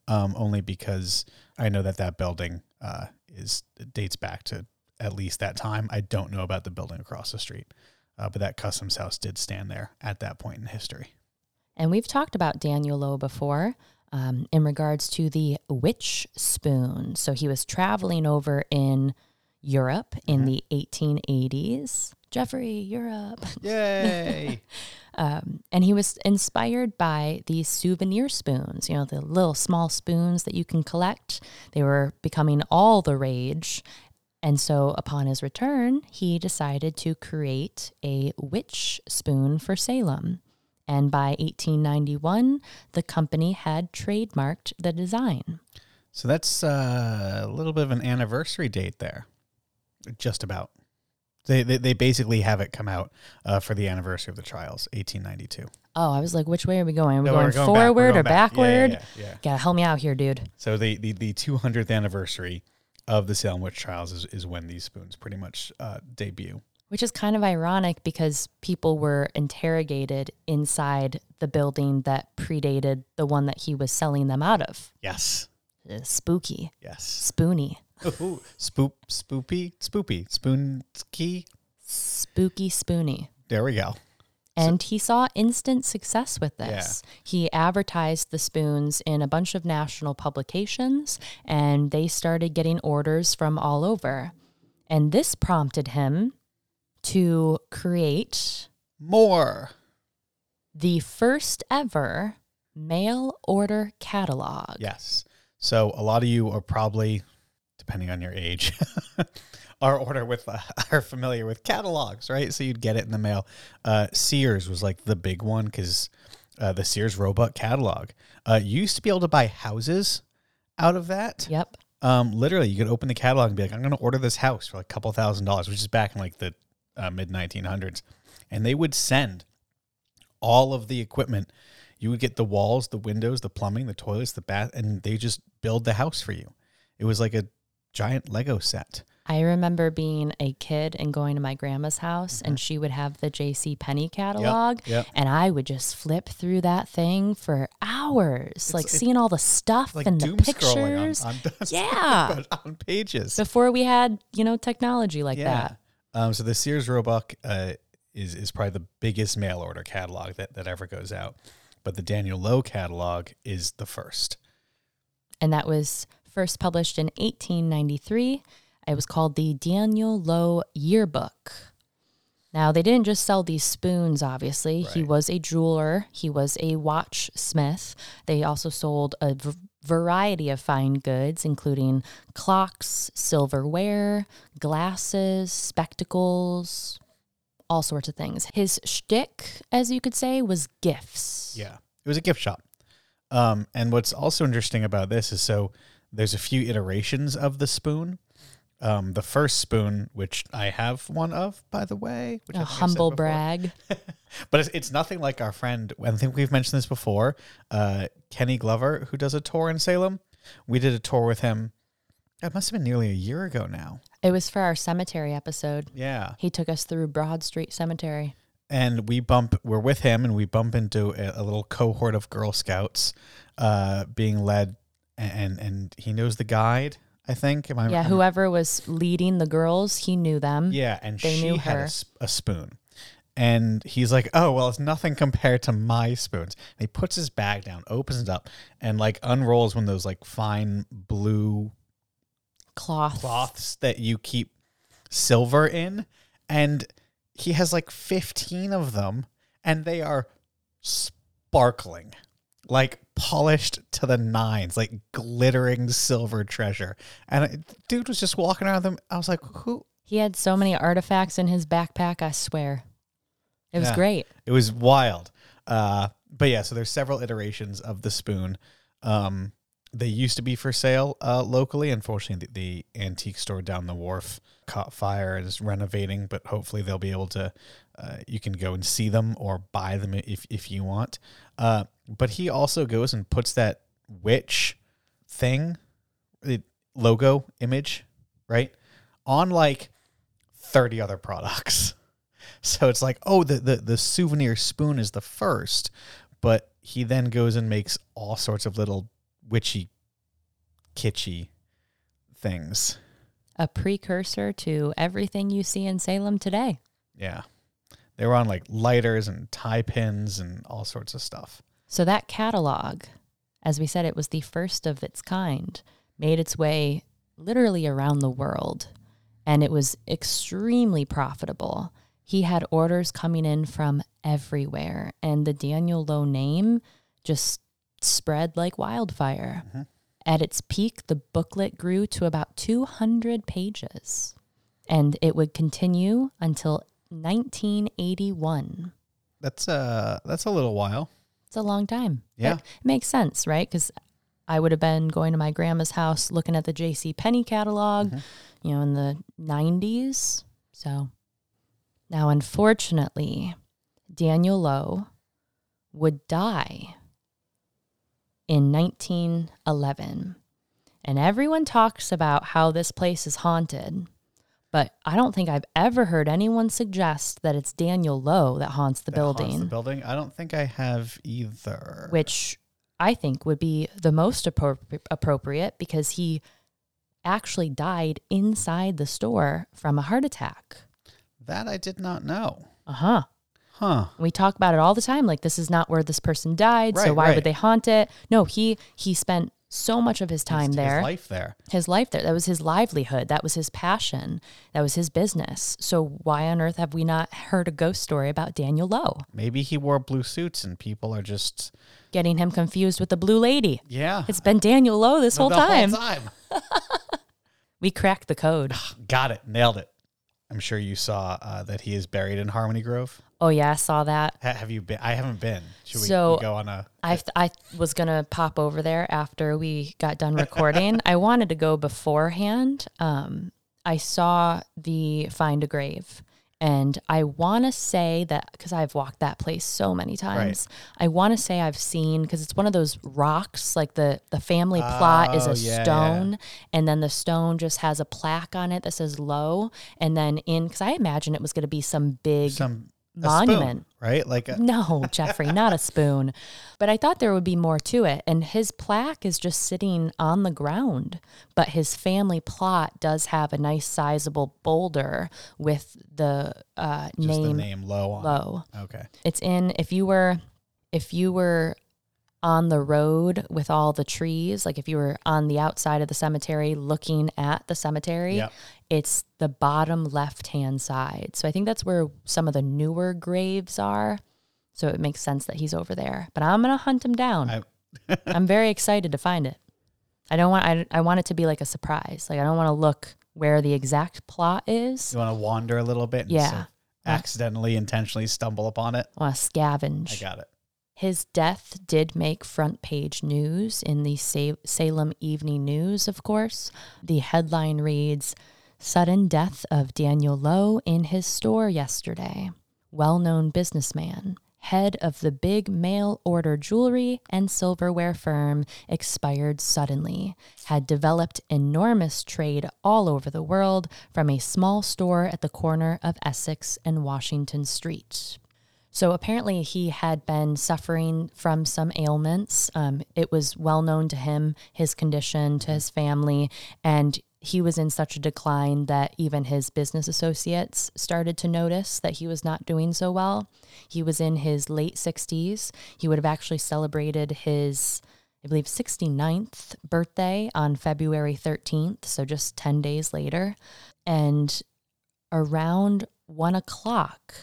S2: um, only because I know that that building uh, is dates back to at least that time. I don't know about the building across the street, uh, but that customs house did stand there at that point in history.
S1: And we've talked about Daniel Lowe before um, in regards to the witch spoon. So he was traveling over in Europe in the 1880s. Jeffrey, Europe.
S2: Yay.
S1: Um, and he was inspired by these souvenir spoons, you know, the little small spoons that you can collect. They were becoming all the rage. And so upon his return, he decided to create a witch spoon for Salem. And by 1891, the company had trademarked the design.
S2: so that's uh, a little bit of an anniversary date there. Just about. They, they, they basically have it come out uh, for the anniversary of the trials, 1892.
S1: Oh, I was like, which way are we going? Are we
S2: No,
S1: going,
S2: we're back, we're
S1: forward
S2: going
S1: or
S2: back. Yeah,
S1: backward?
S2: yeah, yeah, yeah.
S1: Gotta help me out here, dude.
S2: So the, the, the 200th anniversary of the Salem Witch Trials is, is when these spoons pretty much uh, debut.
S1: Which is kind of ironic because people were interrogated inside the building that predated the one that he was selling them out of.
S2: Yes.
S1: Uh, Spooky,
S2: Yes.
S1: spoony,
S2: Ooh, spoop, spoopy, spoopy, spoonski.
S1: spooky, spoony.
S2: There we go.
S1: And he saw instant success with this. He advertised the spoons in a bunch of national publications, and they started getting orders from all over. And this prompted him to create
S2: More.
S1: the first ever mail order catalog.
S2: Yes. So a lot of you are probably, depending on your age, are order with uh, are familiar with catalogs, right? So you'd get it in the mail. Uh, Sears was like the big one because uh, the Sears Roebuck catalog. Uh, you used to be able to buy houses out of that.
S1: Yep.
S2: Um, literally, you could open the catalog and be like, "I'm going to order this house for like a couple thousand dollars," which is back in like the uh, mid 1900s, and they would send all of the equipment. You would get the walls, the windows, the plumbing, the toilets, the bath, and they just build the house for you. It was like a giant Lego set.
S1: I remember being a kid and going to my grandma's house and she would have the JC Penney catalog
S2: Mm-hmm. yep.
S1: and I would just flip through that thing for hours, like
S2: it's
S1: seeing all the stuff
S2: Like
S1: and the
S2: doom
S1: pictures.
S2: scrolling on, on,
S1: yeah.
S2: but on pages.
S1: Before we had, you know, technology like that.
S2: Um, so the Sears Roebuck uh, is is probably the biggest mail order catalog that, that ever goes out, but the Daniel Lowe catalog is the first.
S1: And that was first published in 1893. It was called the Daniel Lowe Yearbook. Now, they didn't just sell these spoons, obviously. He
S2: Right.
S1: was a jeweler, he was a watchsmith. They also sold a v- variety of fine goods, including clocks, silverware, glasses, spectacles, all sorts of things. His shtick, as you could say, was gifts.
S2: Yeah, it was a gift shop. Um, and what's also interesting about this is so there's a few iterations of the spoon. Um, the first spoon, which I have one of, by the way, which I
S1: A
S2: think I said
S1: humble
S2: before.
S1: brag.
S2: but it's, it's nothing like our friend. I think we've mentioned this before. Uh, Kenny Glover, who does a tour in Salem, we did a tour with him. It must have been nearly a year ago now.
S1: It was for our cemetery episode.
S2: Yeah,
S1: He took us through Broad Street Cemetery.
S2: and we bump. We're with him, and we bump into a, a little cohort of Girl Scouts, uh, being led, and and he knows the guide. I think. Am I?
S1: Yeah,
S2: am-
S1: whoever was leading the girls, he knew them.
S2: Yeah, and
S1: They
S2: she
S1: knew
S2: had
S1: her.
S2: a, sp- a spoon. And he's like, "Oh well, it's nothing compared to my spoons." And he puts his bag down, opens it up, and like unrolls one of those like fine blue
S1: Cloth.
S2: cloths that you keep silver in. And he has like fifteen of them, and they are sparkling, like polished to the nines, like glittering silver treasure. And I, dude was just walking around with them. I was like, "Who
S1: He had so many artifacts in his backpack, I swear. It was
S2: Yeah.
S1: great.
S2: It was wild. Uh, but yeah, so there's several iterations of the spoon. Um, they used to be for sale uh, locally. Unfortunately, the, the antique store down the wharf caught fire and is renovating. But hopefully, they'll be able to. Uh, you can go and see them or buy them if if you want. Uh, but he also goes and puts that witch thing, the logo image, right, on like thirty other products. So it's like, oh, the, the, the souvenir spoon is the first, but he then goes and makes all sorts of little witchy, kitschy things.
S1: A precursor to everything you see in Salem today.
S2: Yeah. They were on like lighters and tie pins and all sorts of stuff.
S1: So that catalog, as we said, it was the first of its kind, made its way literally around the world, and it was extremely profitable. He had orders coming in from everywhere, and the Daniel Lowe name just spread like wildfire.
S2: Mhm.
S1: At its peak, the booklet grew to about 200 pages, and it would continue until 1981.
S2: That's uh that's a little while.
S1: It's a long time.
S2: Yeah.
S1: It makes sense, right? Because I would have been going to my grandma's house looking at the J.C. Penney catalog,
S2: Mm-hmm.
S1: you know, in the 90s. So now, unfortunately, Daniel Lowe would die in 1911. And everyone talks about how this place is haunted, but I don't think I've ever heard anyone suggest that it's Daniel Lowe that haunts the
S2: That haunts
S1: building
S2: The building. I don't think I have either.
S1: which I think would be the most appropri- appropriate because he actually died inside the store from a heart attack.
S2: that I did not know.
S1: Uh
S2: Uh-huh.
S1: huh.
S2: Huh.
S1: We talk about it all the time. Like this is not where this person died, so
S2: Right,
S1: why
S2: right.
S1: would they haunt it? No, he he spent so much of his time
S2: His-
S1: there,
S2: His life there.
S1: his life there. That was his livelihood. That was his passion. That was his business. So why on earth have we not heard a ghost story about Daniel Lowe?
S2: Maybe he wore blue suits and people are just
S1: Getting him confused with the blue lady.
S2: yeah.
S1: It's been Daniel Lowe this whole
S2: the
S1: time.
S2: Whole time.
S1: We cracked the code.
S2: Got it. Nailed it. I'm sure you saw uh, that he is buried in Harmony Grove.
S1: Oh yeah, I saw that.
S2: Ha- have you been? I haven't been. Should we,
S1: So-
S2: we go on a?
S1: I th- I was gonna pop over there after we got done recording. I wanted to go beforehand. Um, I saw the find a grave, and I want to say that because I've walked that place so many times. I want to say I've seen because it's one of those rocks, like the the family plot is
S2: Oh,
S1: a
S2: yeah, yeah.
S1: stone, and then the stone just has a plaque on it that says low, and then in because I imagine it was gonna be some big
S2: Some a spoon,
S1: monument.
S2: right? Like a,
S1: No, Jeffrey, not a spoon. But I thought there would be more to it. And his plaque is just sitting on the ground. But his family plot does have a nice sizable boulder with the uh,
S2: just the
S1: name
S2: name low on.
S1: Low.
S2: Okay.
S1: It's in if you were if you were on the road with all the trees, like if you were on the outside of the cemetery looking at the cemetery,
S2: Yep.
S1: it's the bottom left hand side. So I think that's where some of the newer graves are. So it makes sense that he's over there. But I'm gonna hunt him down.
S2: I-
S1: I'm very excited to find it. I don't want I, I want it to be like a surprise. Like I don't want to look where the exact plot is.
S2: You want to wander a little bit and
S1: Yeah.
S2: sort of accidentally, intentionally stumble upon it.
S1: I want to scavenge.
S2: I got it.
S1: His death did make front page news in the Sa- Salem Evening News, of course. The headline reads Sudden death of Daniel Lowe in his store yesterday. Well known businessman, head of the big mail order jewelry and silverware firm, expired suddenly. Had developed enormous trade all over the world from a small store at the corner of Essex and Washington Street. So apparently, he had been suffering from some ailments. Um, it was well known to him, his condition, to his family, and he was in such a decline that even his business associates started to notice that he was not doing so well. He was in his late 60s. He would have actually celebrated his, I believe, 69th birthday on February 13th, so just 10 days later. And around one o'clock,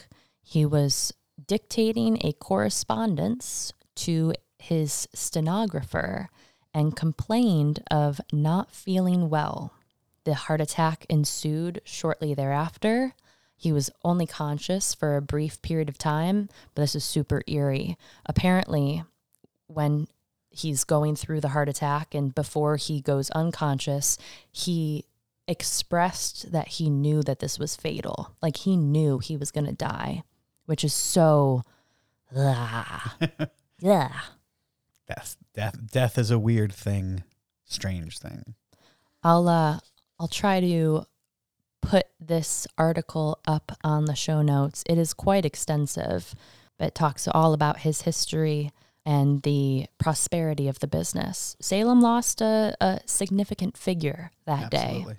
S1: he was dictating a correspondence to his stenographer and complained of not feeling well. The heart attack ensued shortly thereafter. He was only conscious for a brief period of time, but this is super eerie. Apparently, when he's going through the heart attack and before he goes unconscious, he expressed that he knew that this was fatal. Like he knew he was going to die, which is so. Ah, yeah.
S2: Death, death, death is a weird thing, strange thing.
S1: I'll uh, I'll try to put this article up on the show notes. It is quite extensive, but it talks all about his history and the prosperity of the business. Salem lost a, a significant figure that day.
S2: Absolutely.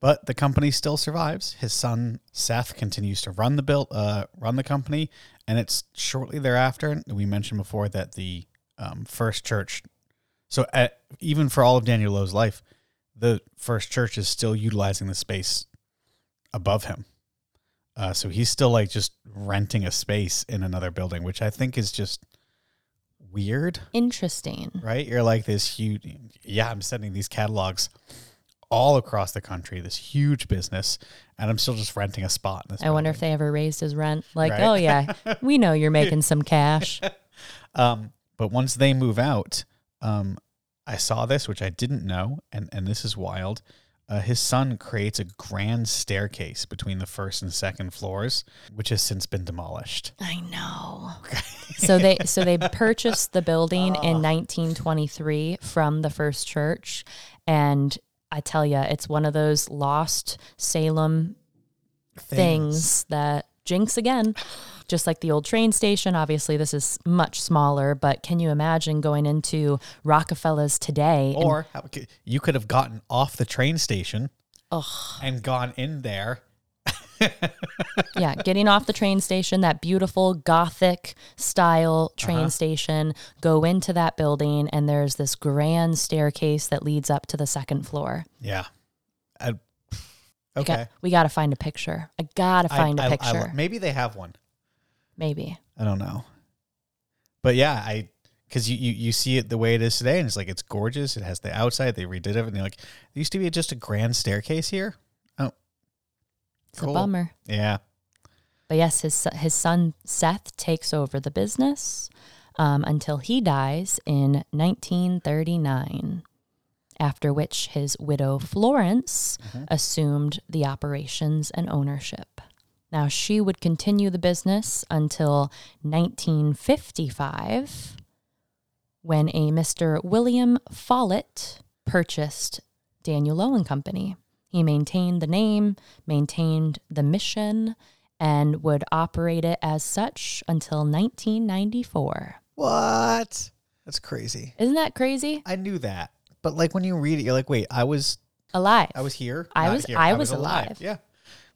S2: But the company still survives. His son Seth continues to run the build, uh, run the company, and it's shortly thereafter. We mentioned before that the um, first church. So at, even for all of Daniel Lowe's life, the first church is still utilizing the space above him. Uh, so he's still like just renting a space in another building, which I think is just weird,
S1: Interesting.
S2: right? You're like this huge, yeah, I'm sending these catalogs all across the country, this huge business, and I'm still just renting a spot in this.
S1: I wonder if
S2: building.
S1: they ever raised his rent. Like,
S2: Right.
S1: oh yeah, we know you're making some cash.
S2: Um, but once they move out, um, I saw this, which I didn't know, and, and this is wild. Uh, his son creates a grand staircase between the first and second floors, which has since been demolished.
S1: I know. so they so they purchased the building in 1923 from the First Church, and I tell you, it's one of those lost Salem things, that jinx again. Just like the old train station, obviously this is much smaller, but can you imagine going into Rockefeller's today? and-
S2: Or how, you could have gotten off the train station and gone in there.
S1: yeah, getting off the train station, that beautiful gothic style train
S2: Uh-huh.
S1: station, go into that building, and there's this grand staircase that leads up to the second floor.
S2: Yeah. I,
S1: We got-
S2: okay.
S1: we got to find a picture. I got to
S2: I-
S1: find a
S2: I- I-
S1: picture.
S2: maybe they have one.
S1: Maybe.
S2: I don't know. But yeah, I because you, you you see it the way it is today, and it's like it's gorgeous. It has the outside. They redid everything. Like there used to be just a grand staircase here.
S1: It's
S2: Cool.
S1: a bummer.
S2: Yeah,
S1: But yes, his, so- his son Seth takes over the business um, until he dies in 1939, after which his widow Florence assumed the operations and ownership. Now, she would continue the business until 1955 when a Mr. William Follett purchased Daniel Lowe and Company. He maintained the name, maintained the mission, and would operate it as such until 1994.
S2: what? That's crazy.
S1: Isn't that crazy?
S2: I knew that, but like when you read it, you're like, wait, I was
S1: Alive.
S2: I was here.
S1: I
S2: not
S1: was-
S2: here.
S1: I was alive.
S2: Yeah,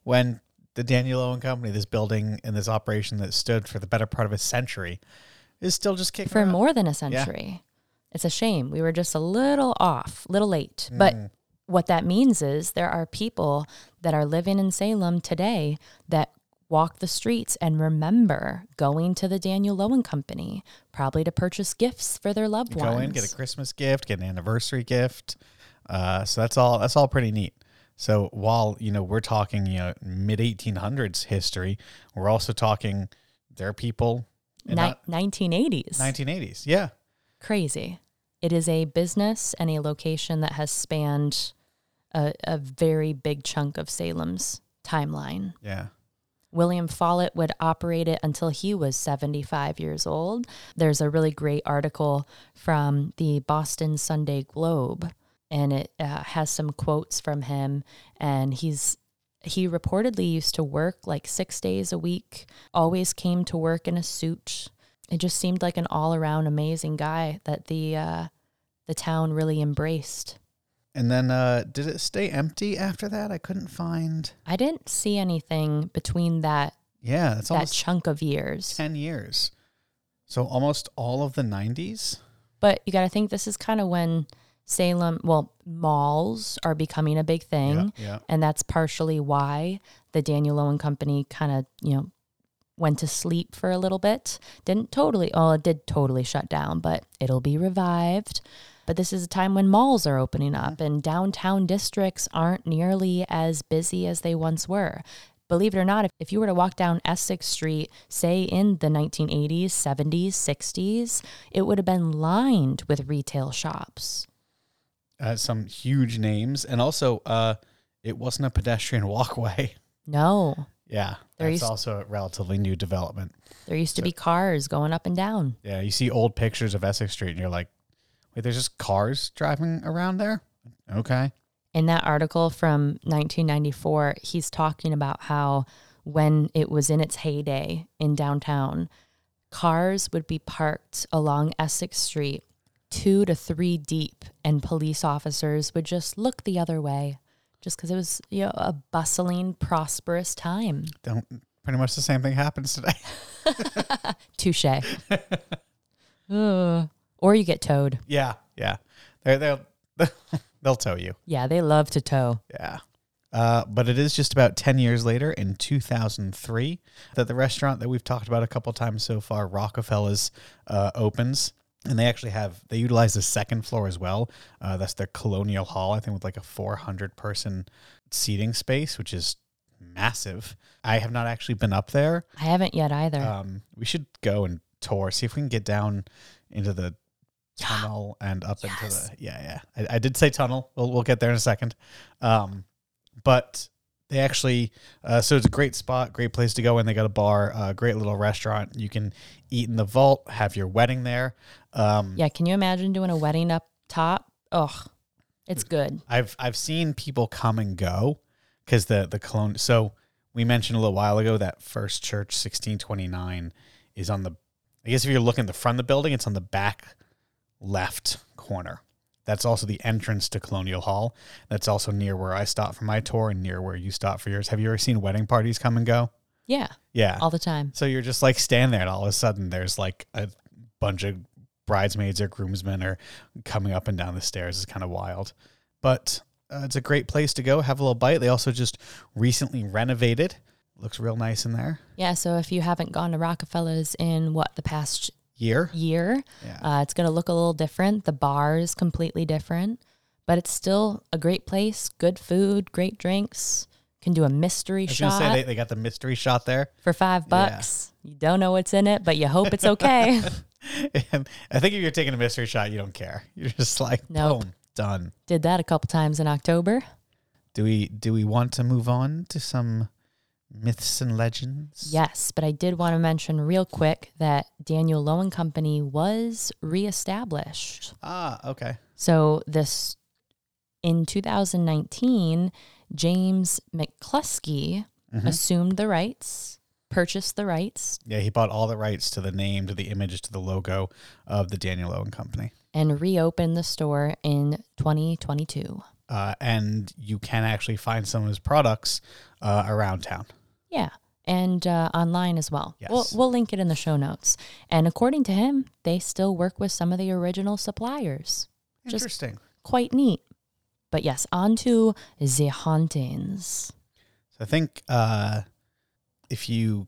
S2: when the Daniel Owen Company, this building and this operation that stood for the better part of a century, is still just kicking
S1: for
S2: around.
S1: more than a century. It's a shame. We were just a little off, little
S2: Mm-hmm.
S1: late. But what that means is there are people that are living in Salem today that walk the streets and remember going to the Daniel Lowen Company, probably to purchase gifts for their loved
S2: go
S1: ones.
S2: in, get a Christmas gift, get an anniversary gift. Uh, so that's all. That's all pretty neat. So while you know we're talking you know mid 1800s history, we're also talking their people in
S1: Ni- 1980s.
S2: the 1980s. Yeah,
S1: Crazy. It is a business and a location that has spanned a, a very big chunk of Salem's timeline.
S2: yeah.
S1: William Follett would operate it until he was 75 years old. There's a really great article from the Boston Sunday Globe, and it uh, has some quotes from him. And he's he reportedly used to work like six days a week, always came to work in a suit. It just seemed like an all around amazing guy that the uh, the town really embraced.
S2: And then uh, did it stay empty after that? I couldn't find.
S1: I didn't see anything between that
S2: Yeah, it's
S1: that
S2: almost
S1: chunk of years.
S2: 10 years. So almost all of the 90s.
S1: But you got to think this is kind of when Salem, well, malls are becoming a big thing.
S2: yeah.
S1: And that's partially why the Daniel Owen Company kind of, you know, went to sleep for a little bit. Didn't totally, oh, it did totally shut down, but it'll be revived. But this is a time when malls are opening up and downtown districts aren't nearly as busy as they once were. Believe it or not, if, if you were to walk down Essex Street, say in the 1980s, 70s, 60s, it would have been lined with retail shops.
S2: Uh, some huge names. And also, uh, it wasn't a pedestrian walkway.
S1: No,
S2: Yeah.
S1: There
S2: That's
S1: used-
S2: also a relatively new development.
S1: there used to be cars going up and down.
S2: Yeah. You see old pictures of Essex Street and you're like, wait, there's just cars driving around there? Okay.
S1: in that article from 1994, he's talking about how when it was in its heyday in downtown, cars would be parked along Essex Street two to three deep, and police officers would just look the other way, just because it was you know a bustling, prosperous time.
S2: Don't pretty much the same thing happens today.
S1: Touche. Ugh. Or you get towed.
S2: yeah, yeah. They they'll they'll tow you.
S1: Yeah, they love to tow.
S2: Yeah. Uh, but it is just about 10 years later in 2003 that the restaurant that we've talked about a couple times so far, Rockefeller's, uh, opens. And they actually have, they utilize the second floor as well. Uh, that's their colonial hall, I think, with like a 400 person seating space, which is massive. I have not actually been up there.
S1: I haven't yet either.
S2: Um, we should go and tour, see if we can get down into the tunnel and up into
S1: Yes.
S2: the yeah yeah. I, I did say tunnel. We'll we'll get there in a second. Um, but they actually uh, so it's a great spot, great place to go, and they got a bar, uh, great little restaurant. You can eat in the vault, have your wedding there. Um,
S1: yeah, can you imagine doing a wedding up top? Ugh, it's good.
S2: I've I've seen people come and go because the the clone. So we mentioned a little while ago that First Church 1629 is on the. I guess if you're looking at the front of the building, it's on the back left corner. That's also the entrance to Colonial Hall. That's also near where I stopped for my tour and near where you stopped for yours. Have you ever seen wedding parties come and go?
S1: Yeah,
S2: Yeah.
S1: all the time.
S2: So you're just like standing there, and all of a sudden there's like a bunch of bridesmaids or groomsmen are coming up and down the stairs. It's kind of wild, but uh, it's a great place to go. Have a little bite. They also just recently renovated. Looks real nice in there.
S1: Yeah, so if you haven't gone to Rockefeller's in what the past
S2: Year.
S1: year,
S2: Yeah.
S1: uh, it's going to look a little different. The bar is completely different, but it's still a great place. Good food, great drinks. Can do a mystery
S2: I was
S1: shot
S2: gonna say they, they got the mystery shot there.
S1: for five bucks. You don't know what's in it, but you hope it's okay.
S2: And I think if you're taking a mystery shot, you don't care. You're just like,
S1: Nope.
S2: boom, done.
S1: Did that a couple times in October.
S2: Do we do we want to move on to some myths and legends?
S1: Yes, but I did want to mention real quick that Daniel Lowen Company was reestablished.
S2: Ah, okay.
S1: So this in 2019, James McCluskey assumed the rights, purchased the rights,
S2: Yeah, he bought all the rights to the name, to the image, to the logo of the Daniel Owen Company.
S1: and reopened the store in 2022.
S2: Uh, and you can actually find some of his products uh, around town.
S1: Yeah. And uh, online as well. We'll,
S2: Yes.
S1: we'll link it in the show notes. And according to him, they still work with some of the original suppliers. Just-
S2: Interesting.
S1: Quite neat. But yes, on to the hauntings.
S2: so I think uh, if you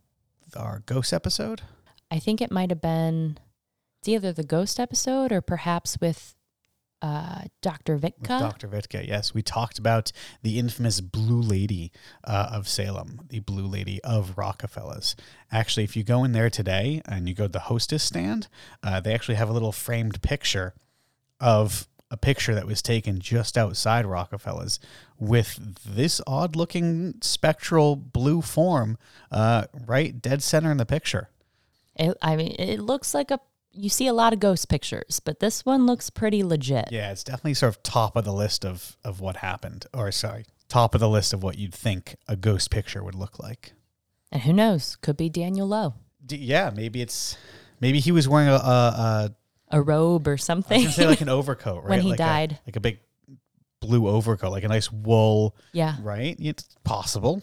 S2: our ghost episode,
S1: I think it might have been it's either the ghost episode or perhaps with uh, Dr.
S2: with
S1: Vitka.
S2: Dr. Vitka, yes, we talked about the infamous Blue Lady uh, of Salem, the Blue Lady of Rockefellers. Actually, if you go in there today and you go to the hostess stand, uh, they actually have a little framed picture of a picture that was taken just outside Rockefellers with this odd looking spectral blue form uh, right dead center in the picture.
S1: It, I mean, it looks like a you see a lot of ghost pictures, but this one looks pretty legit.
S2: Yeah, it's definitely sort of top of the list of, of what happened, or sorry, top of the list of what you'd think a ghost picture would look like.
S1: And who knows? Could be Daniel Lowe,
S2: D- yeah, maybe it's maybe he was wearing a, a, a
S1: a robe or
S2: I was
S1: something.
S2: gonna say like an overcoat, right?
S1: When he
S2: like a-
S1: died.
S2: like a big blue overcoat, like a nice wool,
S1: yeah.
S2: right? It's possible.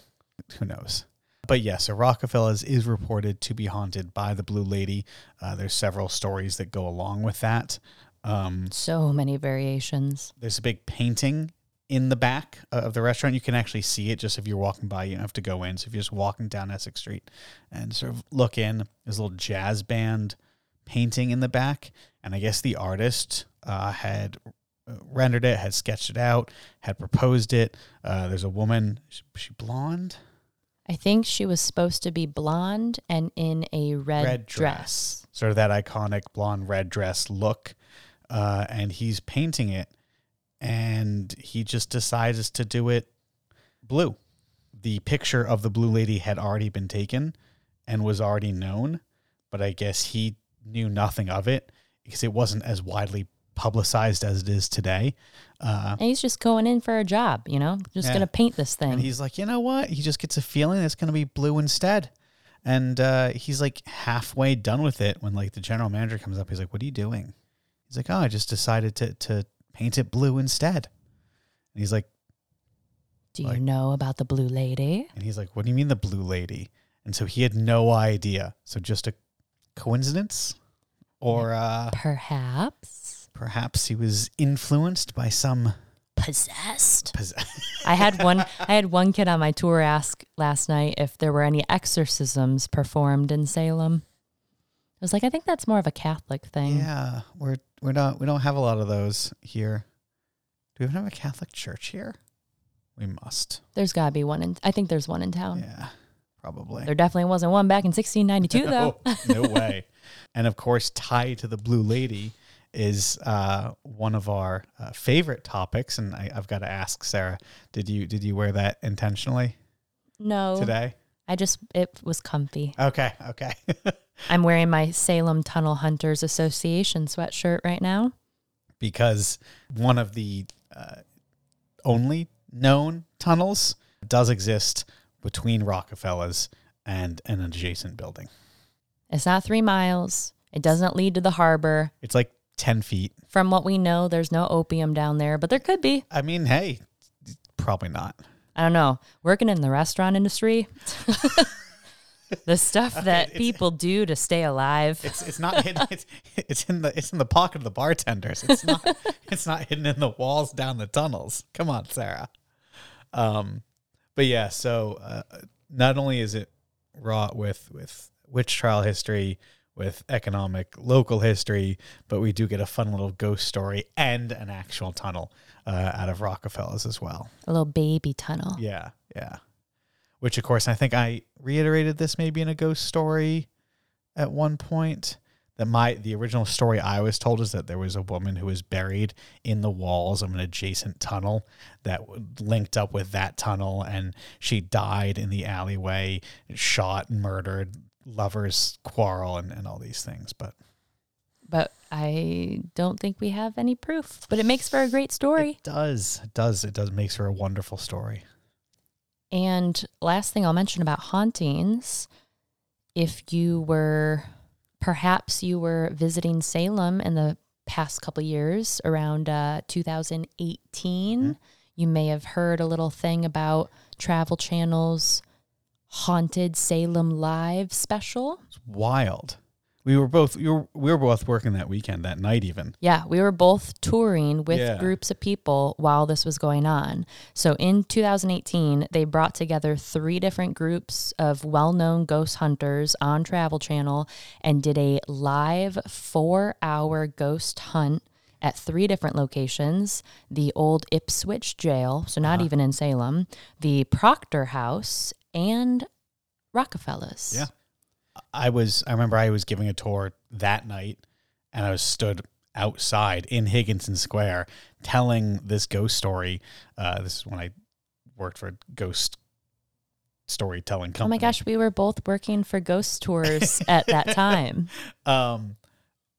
S2: Who knows? But yes, so Rockefellers is reported to be haunted by the Blue Lady. Uh, there's several stories that go along with that. Um,
S1: So many variations.
S2: there's a big painting in the back uh, of the restaurant. You can actually see it just if you're walking by. You don't have to go in. So if you're just walking down Essex Street and sort of look in, there's a little jazz band painting in the back. And I guess the artist uh, had uh, rendered it, had sketched it out, had proposed it. Uh, there's a woman. Is she blonde?
S1: I think she was supposed to be blonde and in a red, dress.
S2: Sort of that iconic blonde red dress look. Uh, and he's painting it. And he just decides to do it blue. The picture of the blue lady had already been taken and was already known. But I guess he knew nothing of it because it wasn't as widely publicized as it is today. Uh,
S1: And he's just going in for a job, you know, just
S2: Yeah.
S1: going to paint this thing.
S2: and he's like, you know what? He just gets a feeling it's going to be blue instead. And uh, he's like halfway done with it when like the general manager comes up. He's like, what are you doing? He's like, oh, I just decided to to paint it blue instead. And he's like,
S1: Do
S2: Like-
S1: you know about the Blue Lady?
S2: And he's like, What do you mean the blue lady? And so he had no idea. So just a coincidence? Or uh,
S1: Perhaps
S2: perhaps he was influenced by some.
S1: possessed.
S2: Pos-
S1: I had one. I had one kid on my tour ask last night if there were any exorcisms performed in Salem. I was like, I think that's more of a Catholic thing.
S2: yeah, we're we're not we don't have a lot of those here. Do we even have a Catholic church here? We must.
S1: There's got to be one. In, I think there's one in town.
S2: Yeah, probably.
S1: There definitely wasn't one back in 1692, though.
S2: No, no way. And of course, tied to the Blue Lady is uh, one of our uh, favorite topics. And I, I've got to ask Sarah, did you did you wear that intentionally
S1: No,
S2: today?
S1: I just it was comfy.
S2: Okay, okay.
S1: I'm wearing my Salem Tunnel Hunters Association sweatshirt right now.
S2: because one of the uh, only known tunnels does exist between Rockefellers and an adjacent building.
S1: It's not three miles. It doesn't lead to the harbor.
S2: It's like ten feet.
S1: From what we know, there's no opium down there, but there could be.
S2: I mean, hey, probably not.
S1: I don't know. Working in the restaurant industry, the stuff that people do to stay alive.
S2: It's it's not hidden. It's, it's in the it's in the pocket of the bartenders. It's not it's not hidden in the walls down the tunnels. Come on, Sarah. Um, but yeah. So uh, not only is it wrought with with witch trial history, with economic local history, but we do get a fun little ghost story and an actual tunnel uh, out of Rockefellers as well.
S1: A little baby tunnel.
S2: Yeah, yeah. Which, of course, I think I reiterated this maybe in a ghost story at one point. That my the original story I was told is that there was a woman who was buried in the walls of an adjacent tunnel that w- linked up with that tunnel, and she died in the alleyway, shot, murdered, lovers quarrel, and, and all these things. But
S1: But I don't think we have any proof. But it makes for a great story.
S2: it does, it does, it does makes her a wonderful story.
S1: And last thing I'll mention about hauntings if you were perhaps you were visiting Salem in the past couple years around uh, 2018, you may have heard a little thing about Travel Channel's Haunted Salem Live special.
S2: It's wild. We were both you were, we were both working that weekend that night even.
S1: Yeah, we were both touring with
S2: Yeah.
S1: groups of people while this was going on. So in 2018, they brought together three different groups of well known ghost hunters on Travel Channel and did a live four hour ghost hunt at three different locations the old Ipswich jail, so
S2: Uh-huh.
S1: not even in Salem, the Proctor House, and Rockefeller's. Oh
S2: Yeah. I was I remember I was giving a tour that night and I was stood outside in Higginson Square telling this ghost story. Uh, this is when I worked for a ghost storytelling
S1: Oh
S2: company.
S1: my gosh, we were both working for ghost tours at that time.
S2: Um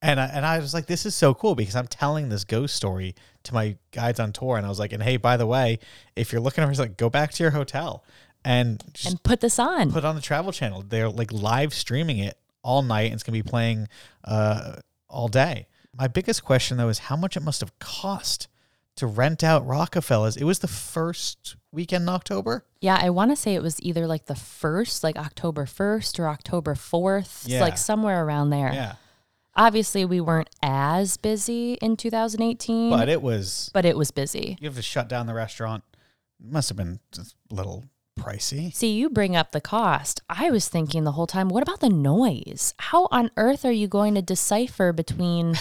S2: and I, and I was like, this is so cool because I'm telling this ghost story to my guides on tour. And I was like, and hey, by the way, if you're looking for like, go back to your hotel and just
S1: and put this on.
S2: put on the travel channel. They're like live streaming it all night and it's going to be playing uh, all day. My biggest question though is how much it must have cost to rent out Rockefellers. It was the first weekend in October.
S1: yeah, I want to say it was either like the first, like October 1st or October 4th,
S2: Yeah.
S1: like somewhere around there.
S2: Yeah.
S1: Obviously, we weren't as busy in 2018,
S2: But
S1: but,
S2: it was,
S1: it was busy.
S2: you have to shut down the restaurant. must have been just a little pricey.
S1: See, you bring up the cost. I was thinking the whole time, what about the noise? How on earth are you going to decipher between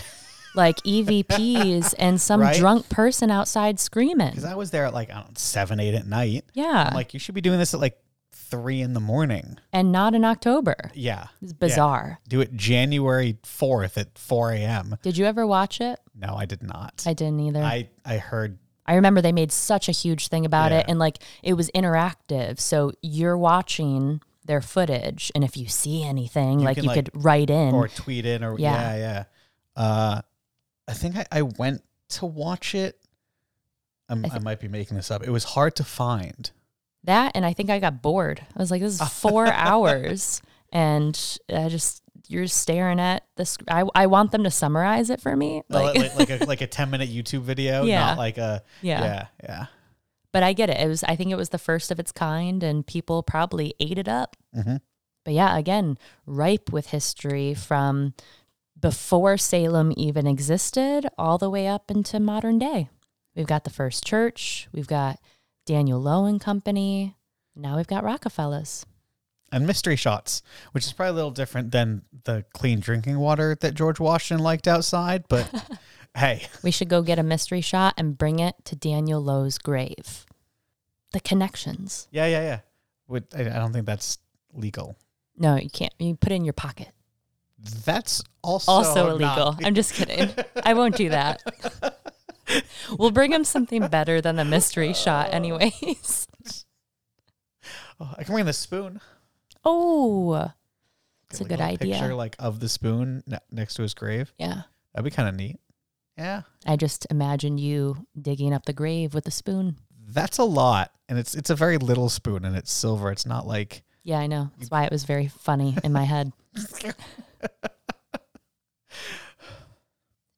S1: like EVPs and some
S2: Right?
S1: drunk person outside screaming?
S2: Because I was there at like, I don't know, seven, eight at night.
S1: Yeah.
S2: I'm like, you should be doing this at like three in the morning.
S1: and not in October.
S2: Yeah.
S1: It's bizarre.
S2: Do it January 4th at 4 a.m.
S1: Did you ever watch it?
S2: No, I did not.
S1: I didn't either.
S2: I I heard
S1: I remember they made such a huge thing about
S2: Yeah.
S1: it and like it was interactive. So you're watching their footage and if you see anything, like
S2: can,
S1: you
S2: like-
S1: could write in.
S2: or tweet in or
S1: Yeah.
S2: yeah yeah. Uh, I think I, I went to watch it. I'm, I,
S1: thi-
S2: might be making this up. It was hard to find.
S1: that and I think I got bored. I was like this is 4 hours and I just you're staring at the sc- I I want them to summarize it for me. Like
S2: Like like, like a like a ten minute YouTube video,
S1: Yeah.
S2: not like a
S1: yeah.
S2: yeah yeah.
S1: But But I get it. It was I think it was the first of its kind and people probably ate it up.
S2: Mhm.
S1: But yeah, again, ripe with history from before Salem even existed all the way up into modern day. We've got the first church, we've got Daniel Lowe and Company, now we've got Rockefellers.
S2: and mystery shots, which is probably a little different than the clean drinking water that George Washington liked outside. But hey,
S1: We should go get a mystery shot and bring it to Daniel Lowe's grave. The connections.
S2: yeah, yeah, yeah. Would, I, I don't think that's legal.
S1: No, you can't. You put it in your pocket.
S2: That's also
S1: Also
S2: not-
S1: illegal. I'm just kidding. I won't do that. we'll bring him something better than the mystery shot, anyways.
S2: Oh, I can bring the spoon.
S1: Oh, it's
S2: Get,
S1: a good
S2: little
S1: idea.
S2: Picture like of the spoon ne- next to his grave.
S1: Yeah.
S2: That'd be kind of neat. Yeah,
S1: I just imagine you digging up the grave with a spoon.
S2: that's a lot, and it's it's a very little spoon, and it's silver. It's not like
S1: Yeah, I know. That's why it was very funny in my head.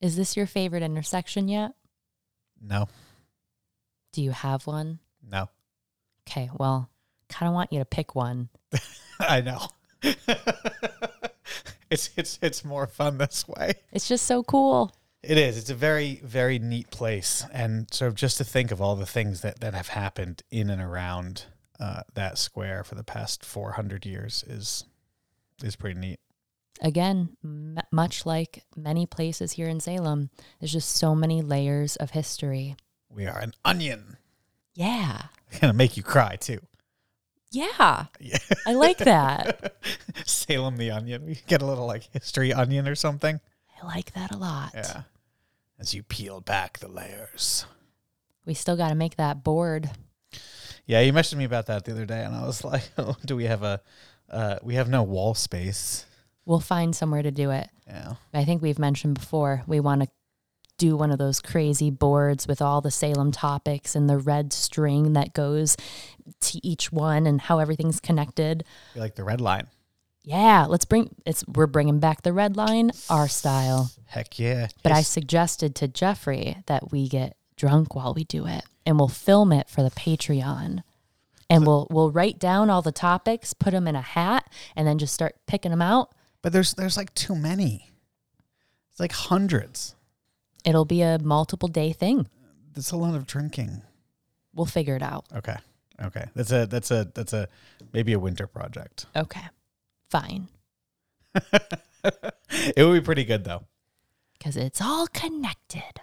S1: Is this your favorite intersection yet?
S2: no,
S1: Do you have one?
S2: no.
S1: Okay, well, kind of want you to pick one.
S2: I know. it's it's it's more fun this way.
S1: It's just so cool.
S2: It is. It's a very very neat place, and sort of just to think of all the things that that have happened in and around uh, that square for the past four hundred years is is pretty neat.
S1: Again, m- much like many places here in Salem, there's just so many layers of history.
S2: We are an onion.
S1: Yeah.
S2: Gonna make you cry too.
S1: Yeah.
S2: Yeah.
S1: I like that.
S2: Salem the onion. We get a little like history onion or something.
S1: I like that a lot.
S2: Yeah. As you peel back the layers.
S1: We still got to make that board.
S2: Yeah, you messaged me about that the other day, and I was like, oh, "Do we have a? Uh, we have no wall space."
S1: We'll find somewhere to do it.
S2: Yeah,
S1: I think we've mentioned before, we want to do one of those crazy boards with all the Salem topics and the red string that goes to each one and how everything's connected.
S2: we like the red line.
S1: Yeah, let's bring it's we're bringing back the red line our style.
S2: Heck yeah!
S1: But I
S2: His-
S1: suggested to Jeffrey that we get drunk while we do it and we'll film it for the Patreon. And we'll we'll write down all the topics, put them in a hat and then just start picking them out.
S2: but there's there's like too many. It's like hundreds.
S1: It'll be a multiple day thing.
S2: That's a lot of drinking.
S1: We'll figure it out.
S2: Okay, okay. That's a that's a that's a maybe a winter project.
S1: Okay. Fine.
S2: It would be pretty good though.
S1: Because it's all connected.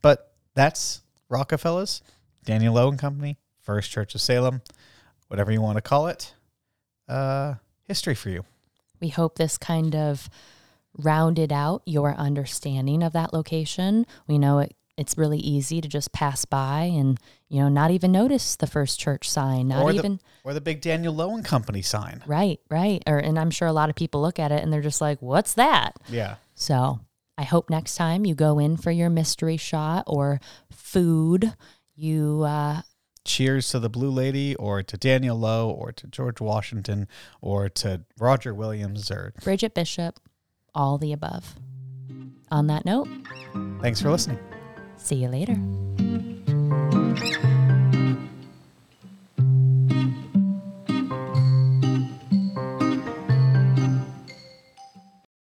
S2: But that's Rockefellers, Daniel Lowe and Company, First Church of Salem, whatever you want to call it. Uh, history for you.
S1: We hope this kind of rounded out your understanding of that location. We know it, it's really easy to just pass by and, you know, not even notice the first church sign, not
S2: Or the-
S1: even.
S2: Or the big Daniel Lowe and Company sign.
S1: Right, right. Or, and I'm sure a lot of people look at it and they're just like, what's that?
S2: Yeah.
S1: So I hope next time you go in for your mystery shot or food, you uh,
S2: Cheers to the Blue Lady or to Daniel Lowe or to George Washington or to Roger Williams or
S1: Bridget Bishop, all the above. On that note,
S2: thanks for listening.
S1: see you later.